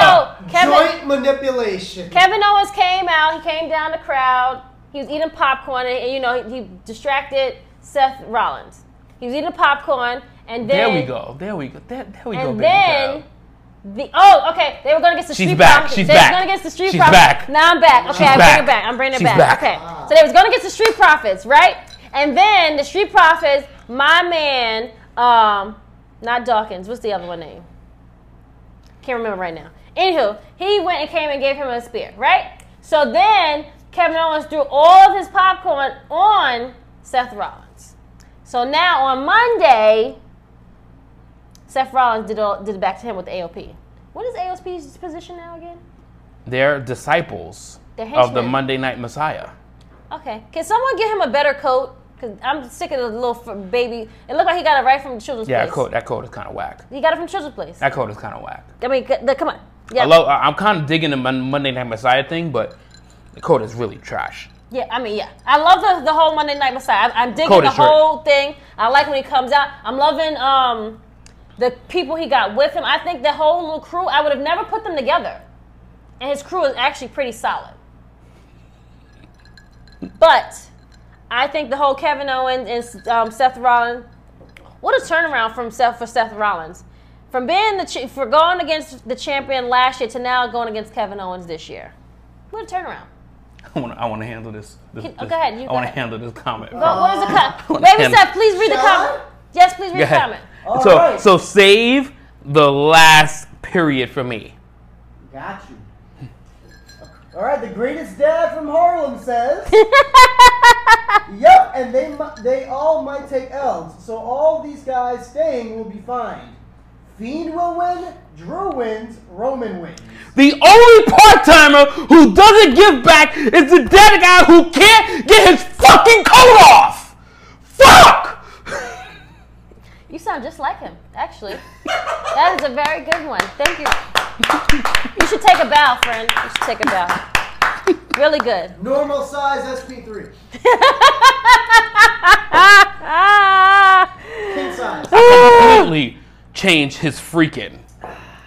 B: know. Kevin,
C: Joint manipulation.
B: Kevin Owens came out. He came down the crowd. He was eating popcorn, and, and, you know he, he distracted Seth Rollins. He was eating popcorn, and then
A: There we go. There we go. There, there we
B: And
A: go, baby
B: then
A: girl.
B: the oh okay they were gonna get the
A: She's
B: street
A: back.
B: profits.
A: She's
B: they
A: back.
B: were gonna get the street
A: She's
B: profits.
A: back.
B: Now I'm back. Okay,
A: She's
B: I'm
A: back.
B: bringing it back. I'm bringing it
A: She's
B: back.
A: back.
B: Okay, so they was gonna get the street profits, right? And then the street profits, my man, um, not Dawkins. What's the other one name? Can't remember right now. Anywho, he went and came and gave him a spear, right? So then Kevin Owens threw all of his popcorn on Seth Rollins. So now on Monday, Seth Rollins did all, did it back to him with AOP. What is AOP's position now again?
A: They're disciples
B: They're
A: of the
B: henchmen.
A: Monday Night Messiah.
B: Okay, can someone get him a better coat? Cause I'm sick of the little f- baby. It looked like he got it right from Children's
A: Yeah, that
B: Place.
A: code, that code is kind of whack.
B: He got it from Children's Place.
A: That code is kind of whack.
B: I mean, c- the, come on. Yeah,
A: I love, I- I'm kind of digging the Mon- Monday Night Messiah thing, but the code is really trash. <laughs>
B: yeah. I mean, yeah. I love the, the whole Monday Night Messiah. I'm, I'm digging
A: Code
B: the
A: is right.
B: whole thing. I like when he comes out. I'm loving um the people he got with him. I think the whole little crew. I would have never put them together, and his crew is actually pretty solid. But I think the whole Kevin Owens and um, Seth Rollins, what a turnaround from Seth for Seth Rollins, from being the ch- for going against the champion last year to now going against Kevin Owens this year. What a turnarown!
A: I want to, I want to handle this. this,
B: Can- oh,
A: this-
B: go ahead, you
A: I
B: go
A: want to
B: ahead.
A: handle this comment.
B: Go, what is the
A: What <laughs>
B: comment?
A: a
B: Baby
A: hand-
B: Seth, please read the
C: Shall I?
B: comment. Yes, please read
A: Uh, Go
B: the
A: ahead.
B: comment.
C: All
A: so,
C: right.
A: so save the last period for me.
C: Got you.
D: <laughs> All right, the greatest dad from Harlem says. yep, and they mi- they all might take L's, so all these guys staying will be fine. Fiend will win, Drew wins, Roman wins.
A: The only part timer who doesn't give back is the dead guy who can't get his fucking coat off. Fuck!
B: You sound just like him, actually. that is a very good one. Thank you. You should take a bow, friend. You should take a bow. Really good.
C: Normal size SP3. King size.
A: Completely changed his freaking.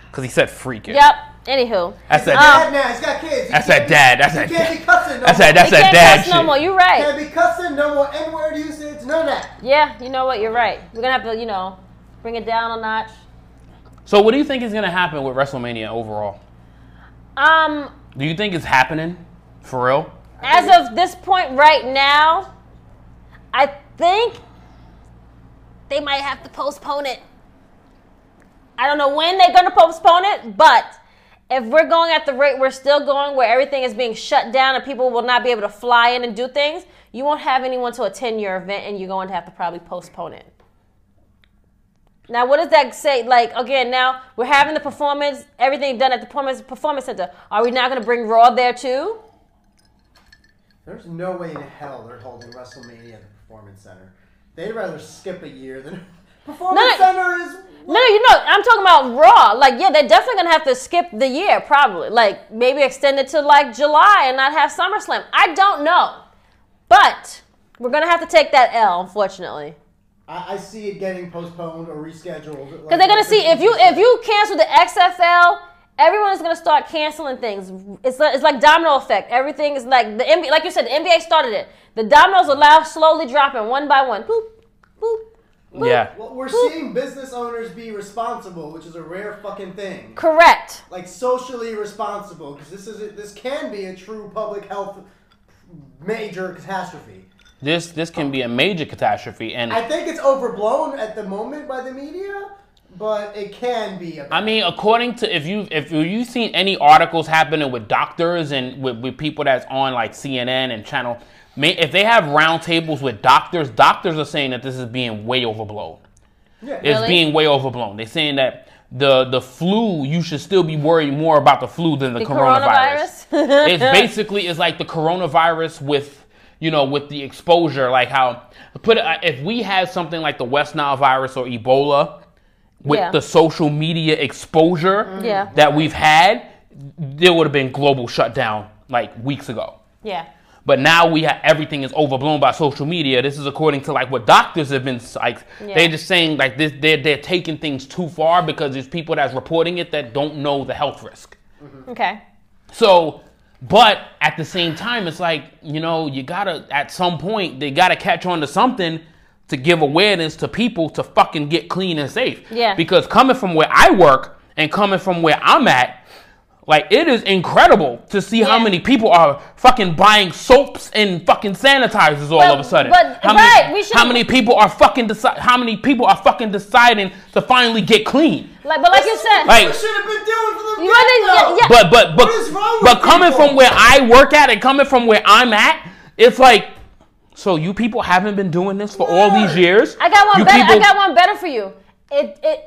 A: Because he said freaking.
B: yep. Anywho.
A: That's that.
B: Um,
C: Dad now, he's got kids. He
A: that's that
C: can't be-
A: dad. That's
C: He
A: that.
C: can't
A: dad.
C: be cussing no
A: That's
C: more.
A: that. That's
B: you
A: that
B: can't
A: dad
B: cuss no more.
A: shit.
B: You're right.
C: Can't be cussing, no more N-word usage, none of that.
B: Yeah, you know what? You're right. We're gonna have to, you know, bring it down a notch.
A: So, what do you think is gonna happen with WrestleMania overall?
B: Um,
A: Do you think it's happening for real?
B: as of this point right now, I think they might have to postpone it. I don't know when they're gonna postpone it, but if we're going at the rate we're still going, where everything is being shut down and people will not be able to fly in and do things, you won't have anyone to attend your event, and you're going to have to probably postpone it. Now, what does that say? Like, again, now we're having the performance, everything done at the performance performance center. Are we now going to bring Raw there too?
C: There's no way in hell they're holding WrestleMania at the Performance Center. They'd rather skip a year than <laughs> Performance
B: No,
C: Center is.
B: No, no, you know, I'm talking about Raw. Like, yeah, they're definitely gonna have to skip the year, probably. Like, maybe extend it to like July and not have SummerSlam. I don't know, but we're gonna have to take that L, unfortunately,
C: I, I see it getting postponed or rescheduled.
B: because they're gonna see if you if you cancel the XFL, everyone is gonna start canceling things. It's like, it's like domino effect. Everything is like the NBA, like you said, the NBA started it. The dominoes are now slowly dropping one by one. Boop, boop.
A: Yeah.
C: Well, we're seeing business owners be responsible, which is a rare fucking thing.
B: Correct.
C: Like socially responsible, because this is this can be a true public health major catastrophe.
A: This this can be a major catastrophe, and
C: I think it's overblown at the moment by the media, but it can be. A,
A: I mean, according to if you if you seen any articles happening with doctors and with, with people that's on like CNN and channel, may, if they have roundtables with doctors, doctors are saying that this is being way overblown.
C: yeah.
A: It's
B: Really?
A: being way overblown. They're saying that the the flu you should still be worried more about the flu than the,
B: The
A: coronavirus.
B: coronavirus? <laughs>
A: it's basically it's like the coronavirus with you know with the exposure, like how put it- uh, if we had something like the West Nile virus or Ebola with
B: Yeah. Mm-hmm.
A: the social media exposure
B: Yeah.
A: that we've had, there would have been global shutdown like weeks ago.
B: Yeah.
A: But now we have everything is overblown by social media. This is according to like what doctors have been like.
B: Yeah.
A: They're just saying like this. They're they're taking things too far because there's people that's reporting it that don't know the health risk.
B: Okay.
A: So, but at the same time, it's like you know you gotta at some point they gotta catch on to something to give awareness to people to fucking get clean and safe.
B: Yeah.
A: Because coming from where I work and coming from where I'm at. Like it is incredible to see how
B: Yeah.
A: many people are fucking buying soaps and fucking sanitizers all
B: But-
A: of a sudden.
B: but-
A: how
B: right,
A: many,
B: we should-
A: how many people are fucking deci- how many people are fucking deciding to finally get clean?
B: Like, but like you said,
A: Like-
C: What should have been doing for the
B: You wanna-
C: get-go?
B: yeah, yeah.
A: But but but
C: What is wrong with
A: but coming
C: people?
A: from where I work at and coming from where I'm at, it's like so you people haven't been doing this for all these years.
B: I got one
A: You
B: better. I
A: people-
B: got one better for you. It it.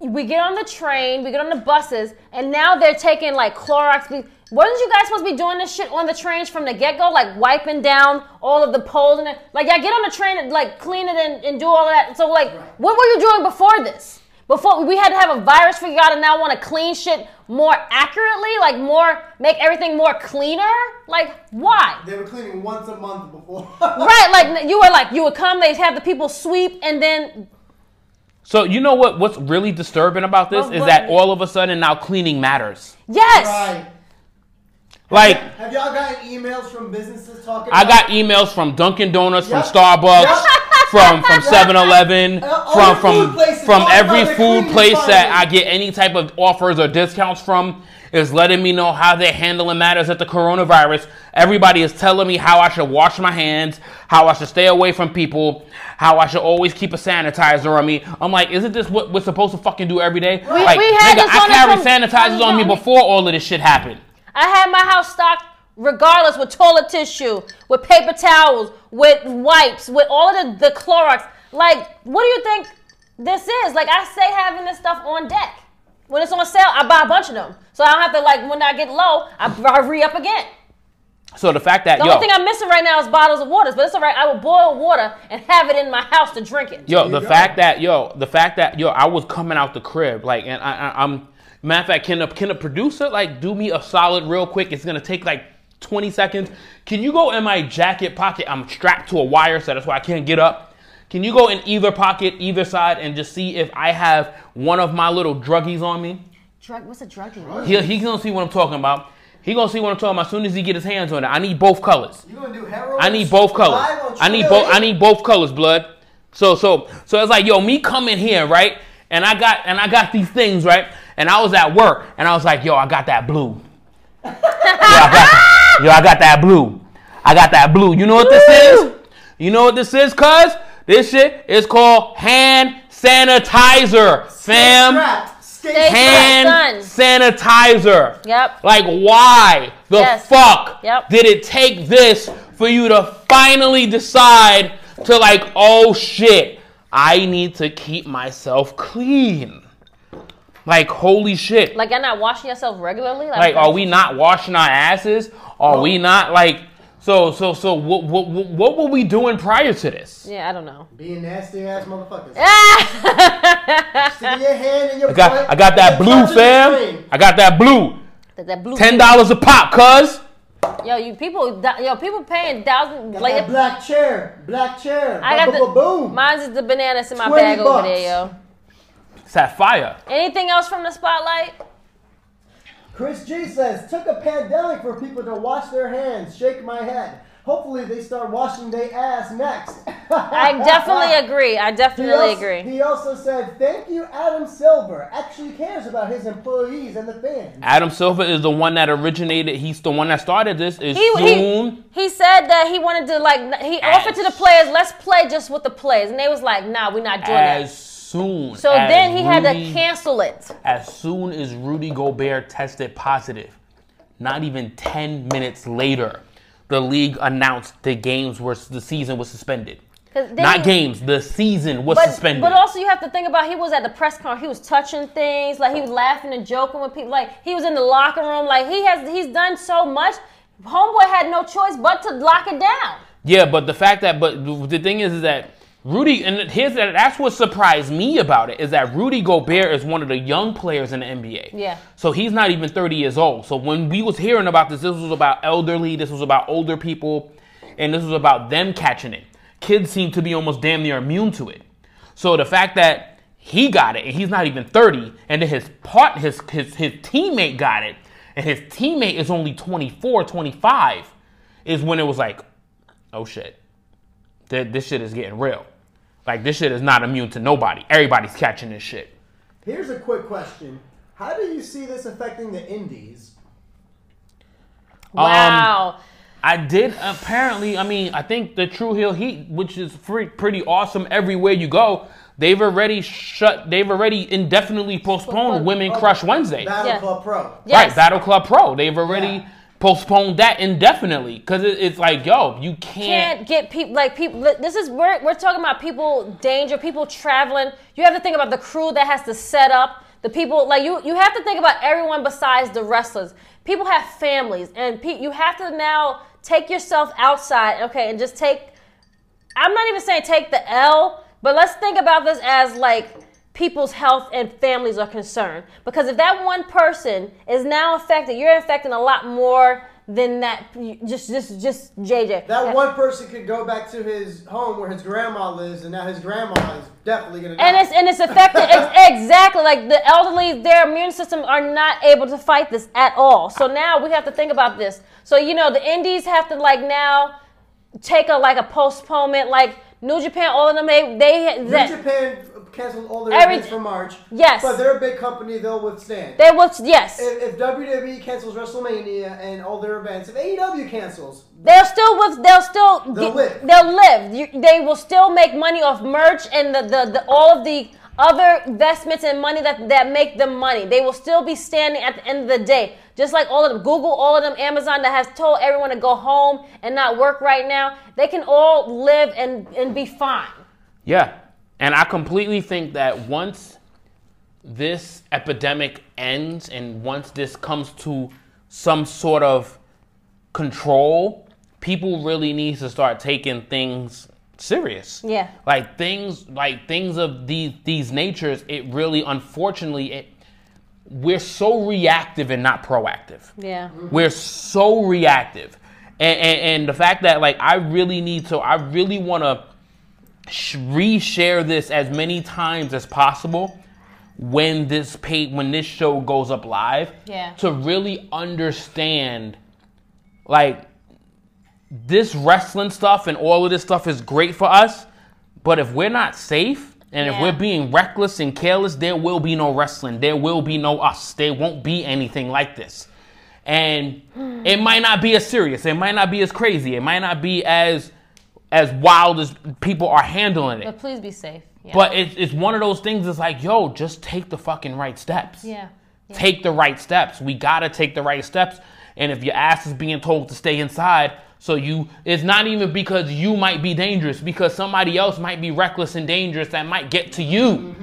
B: We get on the train, we get on the buses, and now they're taking like Clorox. Be- Wasn't you guys supposed to be doing this shit on the trains from the get go, like wiping down all of the poles and it- like yeah, get on the train and like clean it and, and do all of that. So like, what were you doing before this? Before we had to have a virus for you all to now want to clean shit more accurately, like more make everything more cleaner. Like why?
C: They were cleaning once a month before.
B: <laughs> Right,
C: <laughs>
B: like you were like you would come, they'd have the people sweep, and then
A: So you know what what's really disturbing about this
B: But
A: is
B: what-
A: that all of a sudden now cleaning matters.
B: yes,
C: Right.
A: Like
C: Have y'all gotten emails from businesses talking?
A: I
C: about-
A: got emails from Dunkin' Donuts,
C: Yep.
A: from Starbucks,
C: <laughs> Yep.
A: from from 7-Eleven,
C: Uh,
A: from
C: all the
A: from
C: food places,
A: from
C: all
A: every
C: about the
A: food
C: cleaning
A: place that I
C: department.
A: get any type of offers or discounts from is letting me know how they're handling matters at the coronavirus. Everybody is telling me how I should wash my hands, how I should stay away from people, how I should always keep a sanitizer on me. I'm like, isn't this what we're supposed to fucking do every day? like,
B: we had
A: nigga,
B: this on
A: I
B: the
A: carry
B: com-
A: sanitizers on me
B: on the-
A: before all of this shit happened.
B: I had my house stocked regardless with toilet tissue, with paper towels, with wipes, with all of the, the Clorox. Like, what do you think this is? Like, I say having this stuff on deck. When it's on sale, I buy a bunch of them. So I don't have to, like, when I get low, I, I re up again.
A: So the fact that
B: The
A: yo,
B: only thing I'm missing right now is bottles of waters, but it's all right. I will boil water and have it in my house to drink it.
A: Yo, the
D: go.
A: fact that yo, the fact that yo, I was coming out the crib like, and I, I, I'm matter of fact, can a can a producer like do me a solid real quick? It's gonna take like 20 seconds. Can you go in my jacket pocket? I'm strapped to a wire, so that's why I can't get up. Can you go in either pocket, either side, and just see if I have one of my little druggies on me?
B: Drug, what's a druggie?
A: He he's gonna see what I'm talking about. He gonna see what I'm talking about as soon as he get his hands on it. I need both colors.
C: You gonna do heroin?
A: I need both colors.
C: Live on
A: I need
C: True
A: both.
C: Hill?
A: I need both colors, blood. So so so it's like yo, me coming here right, and I got and I got these things right, and I was at work, and I was like yo, I got that blue. yo, I got, yo, I got that blue. I got that blue. You know what this is? You know what this is, cuz? This shit is called hand sanitizer, fam.
C: Strapped. Skate
B: Stay-
C: strapped.
A: Hand sanitizer.
B: Yep.
A: Like, why the
B: Yes.
A: fuck
B: Yep.
A: did it take this for you to finally decide to, like, oh shit, I need to keep myself clean? Like, holy shit.
B: Like,
A: Like,
B: you're not washing yourself regularly?
A: are we not washing our asses? Are we not, like, so, so, so, what, what, what, what were we doing prior to this?
B: Yeah, I don't
A: <laughs>
B: know.
C: Being nasty ass motherfuckers.
B: that,
C: Stick your hand in your
A: I got,
C: butt
A: I got that
C: and
A: blue,
C: touch the
A: fam.
C: screen.
A: I got that blue.
B: that blue
A: $10 a pop, cuz.
B: Yo, you people, yo, people paying thousand.
C: Got
B: Like,
C: that black chair, black chair.
B: I got the
C: boom.
B: Mine's is the bananas in my
C: 20
B: bag over
C: bucks.
B: there, yo.
A: It's that fire.
B: Anything else from the spotlight?
D: Chris G says, took a pandemic for people to wash their hands. Shake my head. Hopefully they start washing their ass next.
B: I
D: <laughs>
C: <laughs>
B: definitely agree. I
D: He
B: definitely
D: also,
B: agree.
D: he also said, thank you, Adam Silver. Actually cares about his employees and the fans.
A: Adam Silver is the one that originated. He's the one that started this. Is
B: He, he,
A: soon.
B: he said that he wanted to like n- he offered to the
A: As-
B: players, let's play just with the players, and they was like, nah, we're not doing
A: as
B: that.
A: soon.
B: So
A: as
B: then he had
A: Rudy-
B: to cancel it.
A: As soon as Rudy Gobert tested positive, not even ten minutes later, the league announced the games were the season was suspended.
B: 'Cause then
A: Not
B: he-
A: games. The season was
B: But,
A: suspended.
B: but also you have to think about he was at the press conference. He was touching things, like he was laughing and joking with people. Like he was in the locker room. Like he has he's done so much. Homeboy had no choice but to lock it down.
A: Yeah, but the fact that, but the thing is, is that Rudy, and here's that, that's what surprised me about it, is that Rudy Gobert is one of the young players in the NBA.
B: Yeah.
A: So he's not even 30 years old. So when we was hearing about this, this was about elderly, this was about older people, and this was about them catching it. Kids seem to be almost damn near immune to it. So the fact that he got it and he's not even 30, and then his part, his his his teammate got it, and his teammate is only 24, 25, is when it was like, oh shit, Th- this shit is getting real. Like this shit is not immune to nobody. Everybody's catching this shit.
D: Here's a quick question. How do you see this affecting the indies?
A: Um,
B: Wow.
A: I did apparently. I mean, I think the True Hill Heat, which is free, pretty awesome everywhere you go, they've already shut. They've already indefinitely postponed Women Crush Wednesday.
C: oh, Battle
B: Yeah.
C: Club Pro.
A: Right,
B: yes.
A: Battle Club Pro. They've already
D: Yeah.
A: postponed that indefinitely because it, it's like, yo, you can't.
B: can't get people like people this is we're, we're talking about people danger people traveling you have to think about the crew that has to set up the people like you you have to think about everyone besides the wrestlers people have families and pe- you have to now take yourself outside okay and just take i'm not even saying take the l but let's think about this as like people's health and families are concerned because if that one person is now affected you're affecting a lot more than that just just just jj
C: That one person could go back to his home where his grandma lives, and now his grandma is definitely gonna.
B: And
C: die.
B: it's and it's affected it's exactly like the elderly, their immune system are not able to fight this at all. So now we have to think about this. So you know the Indies have to like now take a like a postponement. Like New Japan, all of them they they
C: New
B: that,
C: Japan canceled all their
B: Every-
C: events for March.
B: Yes.
C: But they're a big company; they'll withstand.
B: they will yes
C: if, if WWE cancels WrestleMania and all their events, if AEW cancels,
B: they'll still with they'll still
C: They'll live.
B: they'll live. You, they will still make money off merch and the the, the all of the other investments and money that, that make them money. They will still be standing at the end of the day. Just like all of them, Google, all of them, Amazon that has told everyone to go home and not work right now, they can all live and, and be fine.
A: Yeah. And I completely think that once this epidemic ends and once this comes to some sort of control, people really need to start taking things serious.
B: Yeah.
A: Like things like things of these these natures, it really unfortunately it we're so reactive and not proactive.
B: Yeah.
A: Mm-hmm. We're so reactive. And, and, and the fact that like I really need to, I really want to sh- reshare this as many times as possible when this pay, when this show goes up live.
B: Yeah.
A: To really understand, like this wrestling stuff and all of this stuff is great for us, but if we're not safe and if
B: Yeah.
A: we're being reckless and careless, there will be no wrestling. There will be no us. There won't be anything like this. And it might not be as serious. It might not be as crazy. It might not be as as wild as people are handling it.
B: But please be safe. Yeah.
A: But it's, it's one of those things that's like, yo, just take the fucking right steps
B: yeah.
A: take the right steps. We gotta take the right steps. And if your ass is being told to stay inside, so you it's not even because you might be dangerous, because somebody else might be reckless and dangerous that might get to you.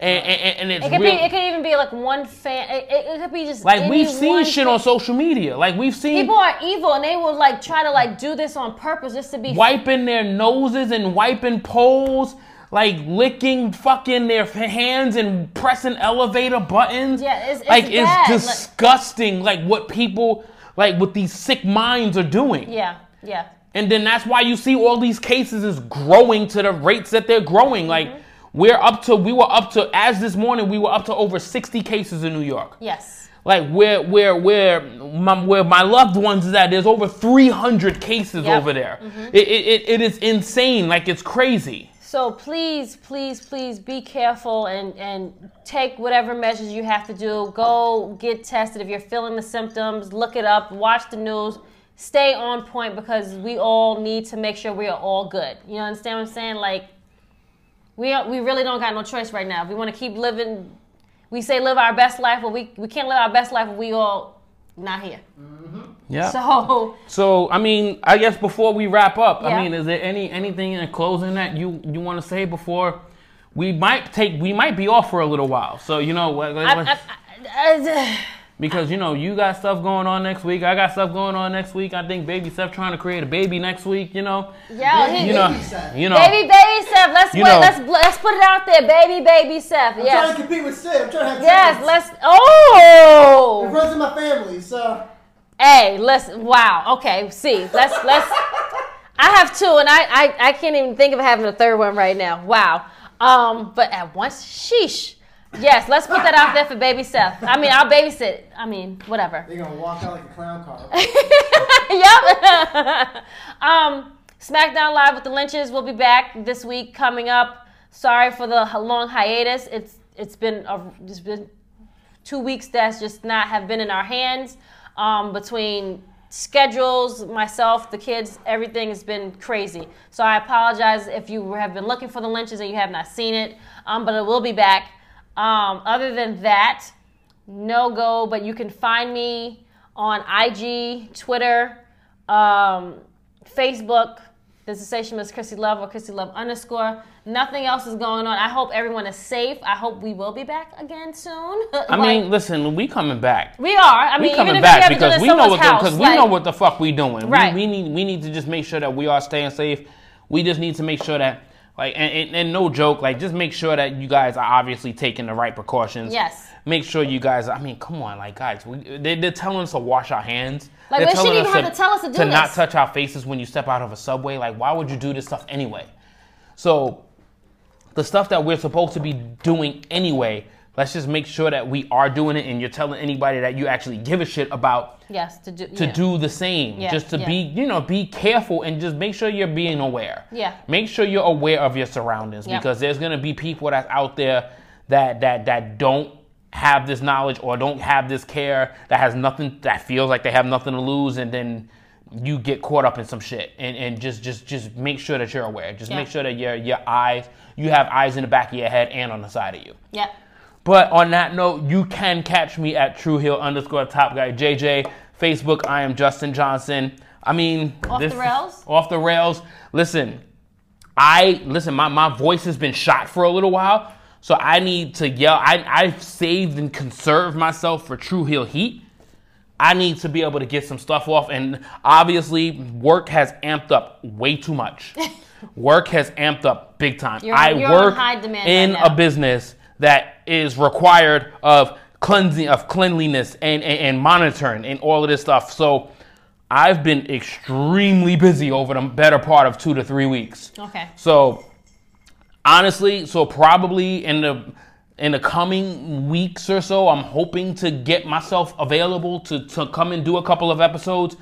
A: And, and, and it's
B: Mm-hmm. It could,
A: real.
B: be, it could even be like one fan. It, it- it could be just
A: like
B: any
A: we've seen
B: one
A: shit
B: fan.
A: on social media. Like we've seen
B: People are evil and they will like try to like do this on purpose just to be
A: wiping their noses and wiping poles, like licking fucking their f- hands and pressing elevator buttons.
B: Yeah, it's- it's
A: like
B: bad. Like-
A: it's disgusting. Like what people, like what these sick minds are doing.
B: Yeah, yeah.
A: And then that's why you see all these cases is growing to the rates that they're growing. Like
B: Mm-hmm.
A: we're up to we were up to as this morning we were up to over 60 cases in New York.
B: Yes.
A: Like where where where my, where my loved ones is at there's over 300
B: Yep.
A: cases
B: Mm-hmm.
A: over there. It, it, it, it is insane. Like it's crazy.
B: So please, please, please be careful and, and take whatever measures you have to do. Go get tested if you're feeling the symptoms. Look it up. Watch the news. Stay on point because we all need to make sure we are all good. You understand what I'm saying? Like we are, we really don't got no choice right now. If we want to keep living, we say live our best life, but we we can't live our best life if we all not here.
A: Yeah. So,
B: So
A: I mean, I guess before we wrap up,
B: Yeah.
A: I mean, is there any anything in closing that you you want to say before we might take we might be off for a little while. So, you know, what
B: I, I, I, I-
A: Because you know you got stuff going on next week. I got stuff going on next week. I think Baby Seth trying to create a baby next week. You know,
B: yeah, he,
A: you know,
D: Baby Seth.
A: you know.
B: Baby, baby Seth, let's
A: Oh. You
B: wait.
A: know.
B: Let's bl- let's put it out there, baby, baby Seth.
D: I'm trying
B: Yes,
D: to compete with Sid. I'm trying to have
B: yes.
D: kids.
B: Let's.
D: It
B: Oh,
D: runs in my family, so
B: hey, listen. Wow. Okay. See, let's let's. I have two, and I, I I can't even think of having a third one right now. Wow. Um, but at once, sheesh. Yes, let's put that out there for baby Seth. I mean, I'll babysit. I mean, whatever.
D: they're gonna walk out like a clown car.
B: <laughs> yep. <laughs> um, SmackDown Live with the Lynches will be back this week coming up. Sorry for the h- long hiatus. It's it's been a, it's been two weeks that's just not have been in our hands. Um, between schedules, myself, the kids, everything has been crazy. So I apologize if you have been looking for the Lynches and you have not seen it. Um, but it will be back. Um, other than that, no go, but you can find me on IG, Twitter, um, Facebook. The sensation is Chrissy Love or Chrissy Love underscore. Nothing else is going on. I hope everyone is safe. I hope we will be back again soon. <laughs>
A: I
B: Like,
A: mean, listen, we coming back.
B: we are. I
A: We
B: mean, even
A: coming
B: if you
A: back
B: have to do it
A: because
B: in
A: we know
B: someone's
A: what the,
B: house,
A: because we
B: like-
A: know what the fuck we doing.
B: Right.
A: We, we need we need to just make sure that we are staying safe. We just need to make sure that like and, and, and no joke, like just make sure that you guys are obviously taking the right precautions.
B: Yes.
A: Make sure you guys. I mean, come on, like guys, we, they, they're telling us to wash our hands.
B: Like,
A: They're
B: they shouldn't
A: telling
B: even have to tell us to do
A: to not
B: this.
A: touch our faces when you step out of a subway. Like, why would you do this stuff anyway? So, the stuff that we're supposed to be doing anyway, let's just make sure that we are doing it. And you're telling anybody that you actually give a shit about
B: Yes, to do.
A: to
B: yeah.
A: do the same.
B: Yeah,
A: Just to
B: yeah.
A: be, you know, be careful and just make sure you're being aware.
B: Yeah.
A: Make sure you're aware of your surroundings
B: Yeah.
A: because there's gonna be people that's out there that that that don't have this knowledge or don't have this care that has nothing that feels like they have nothing to lose and then you get caught up in some shit and, and just just just make sure that you're aware. Just
B: Yeah.
A: make sure that your your eyes you have eyes in the back of your head and on the side of you.
B: Yeah.
A: But on that note, you can catch me at True Hill underscore Top Guy JJ. Facebook, I am Justin Johnson. I mean,
B: Off the rails?
A: Off the rails. Listen, I listen. My my voice has been shot for a little while, so I need to yell. I I've saved and conserved myself for True Hill Heat. I need to be able to get some stuff off, and obviously, work has amped up way
B: <laughs>
A: too much. work has amped up big time.
B: You're-
A: I
B: you're on
A: work
B: high demand
A: in
B: right now.
A: a business that is required of cleansing of cleanliness and, and, and monitoring and all of this stuff. So I've been extremely busy over the better part of two to three weeks.
B: Okay.
A: So honestly, so probably in the in the coming weeks or so, I'm hoping to get myself available to, to come and do a couple of episodes.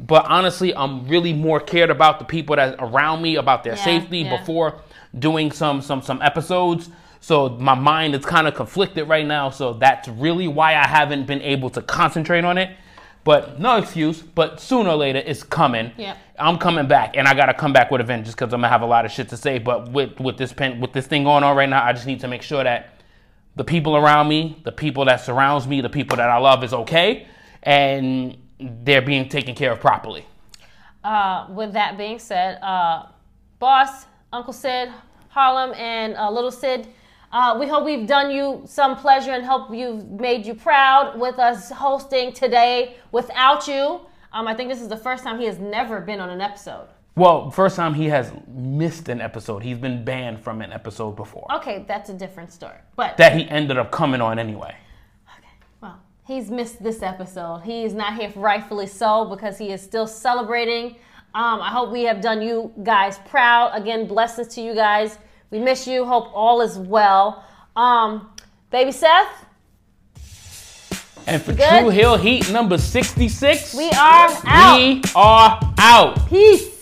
A: But honestly, I'm really more cared about the people that around me, about their
B: Yeah,
A: safety
B: yeah.
A: before doing some some some episodes. So my mind is kind of conflicted right now. So that's really why I haven't been able to concentrate on it. But no excuse. But sooner or later, it's coming.
B: Yep.
A: I'm coming back, and I gotta come back with a vengeance because I'm gonna have a lot of shit to say. But with with this pen, with this thing going on right now, I just need to make sure that the people around me, the people that surrounds me, the people that I love is okay, and they're being taken care of properly.
B: Uh, with that being said, uh, boss, Uncle Sid, Harlem, and uh, Little Sid, uh, we hope we've done you some pleasure and hope you've made you proud with us hosting today without you. Um, I think this is the first time he has never been on an episode.
A: Well, first time he has missed an episode. He's been banned from an episode before
B: Okay, that's a different story. But
A: that he ended up coming on anyway.
B: Well, he's missed this episode. He is not here, rightfully so, because he is still celebrating. Um, I hope we have done you guys proud. Again, blessings to you guys. We miss you. Hope all is well. Um, baby Seth,
A: And for
B: Good.
A: True Hill Heat number 66,
B: we are out.
A: we are out.
B: Peace.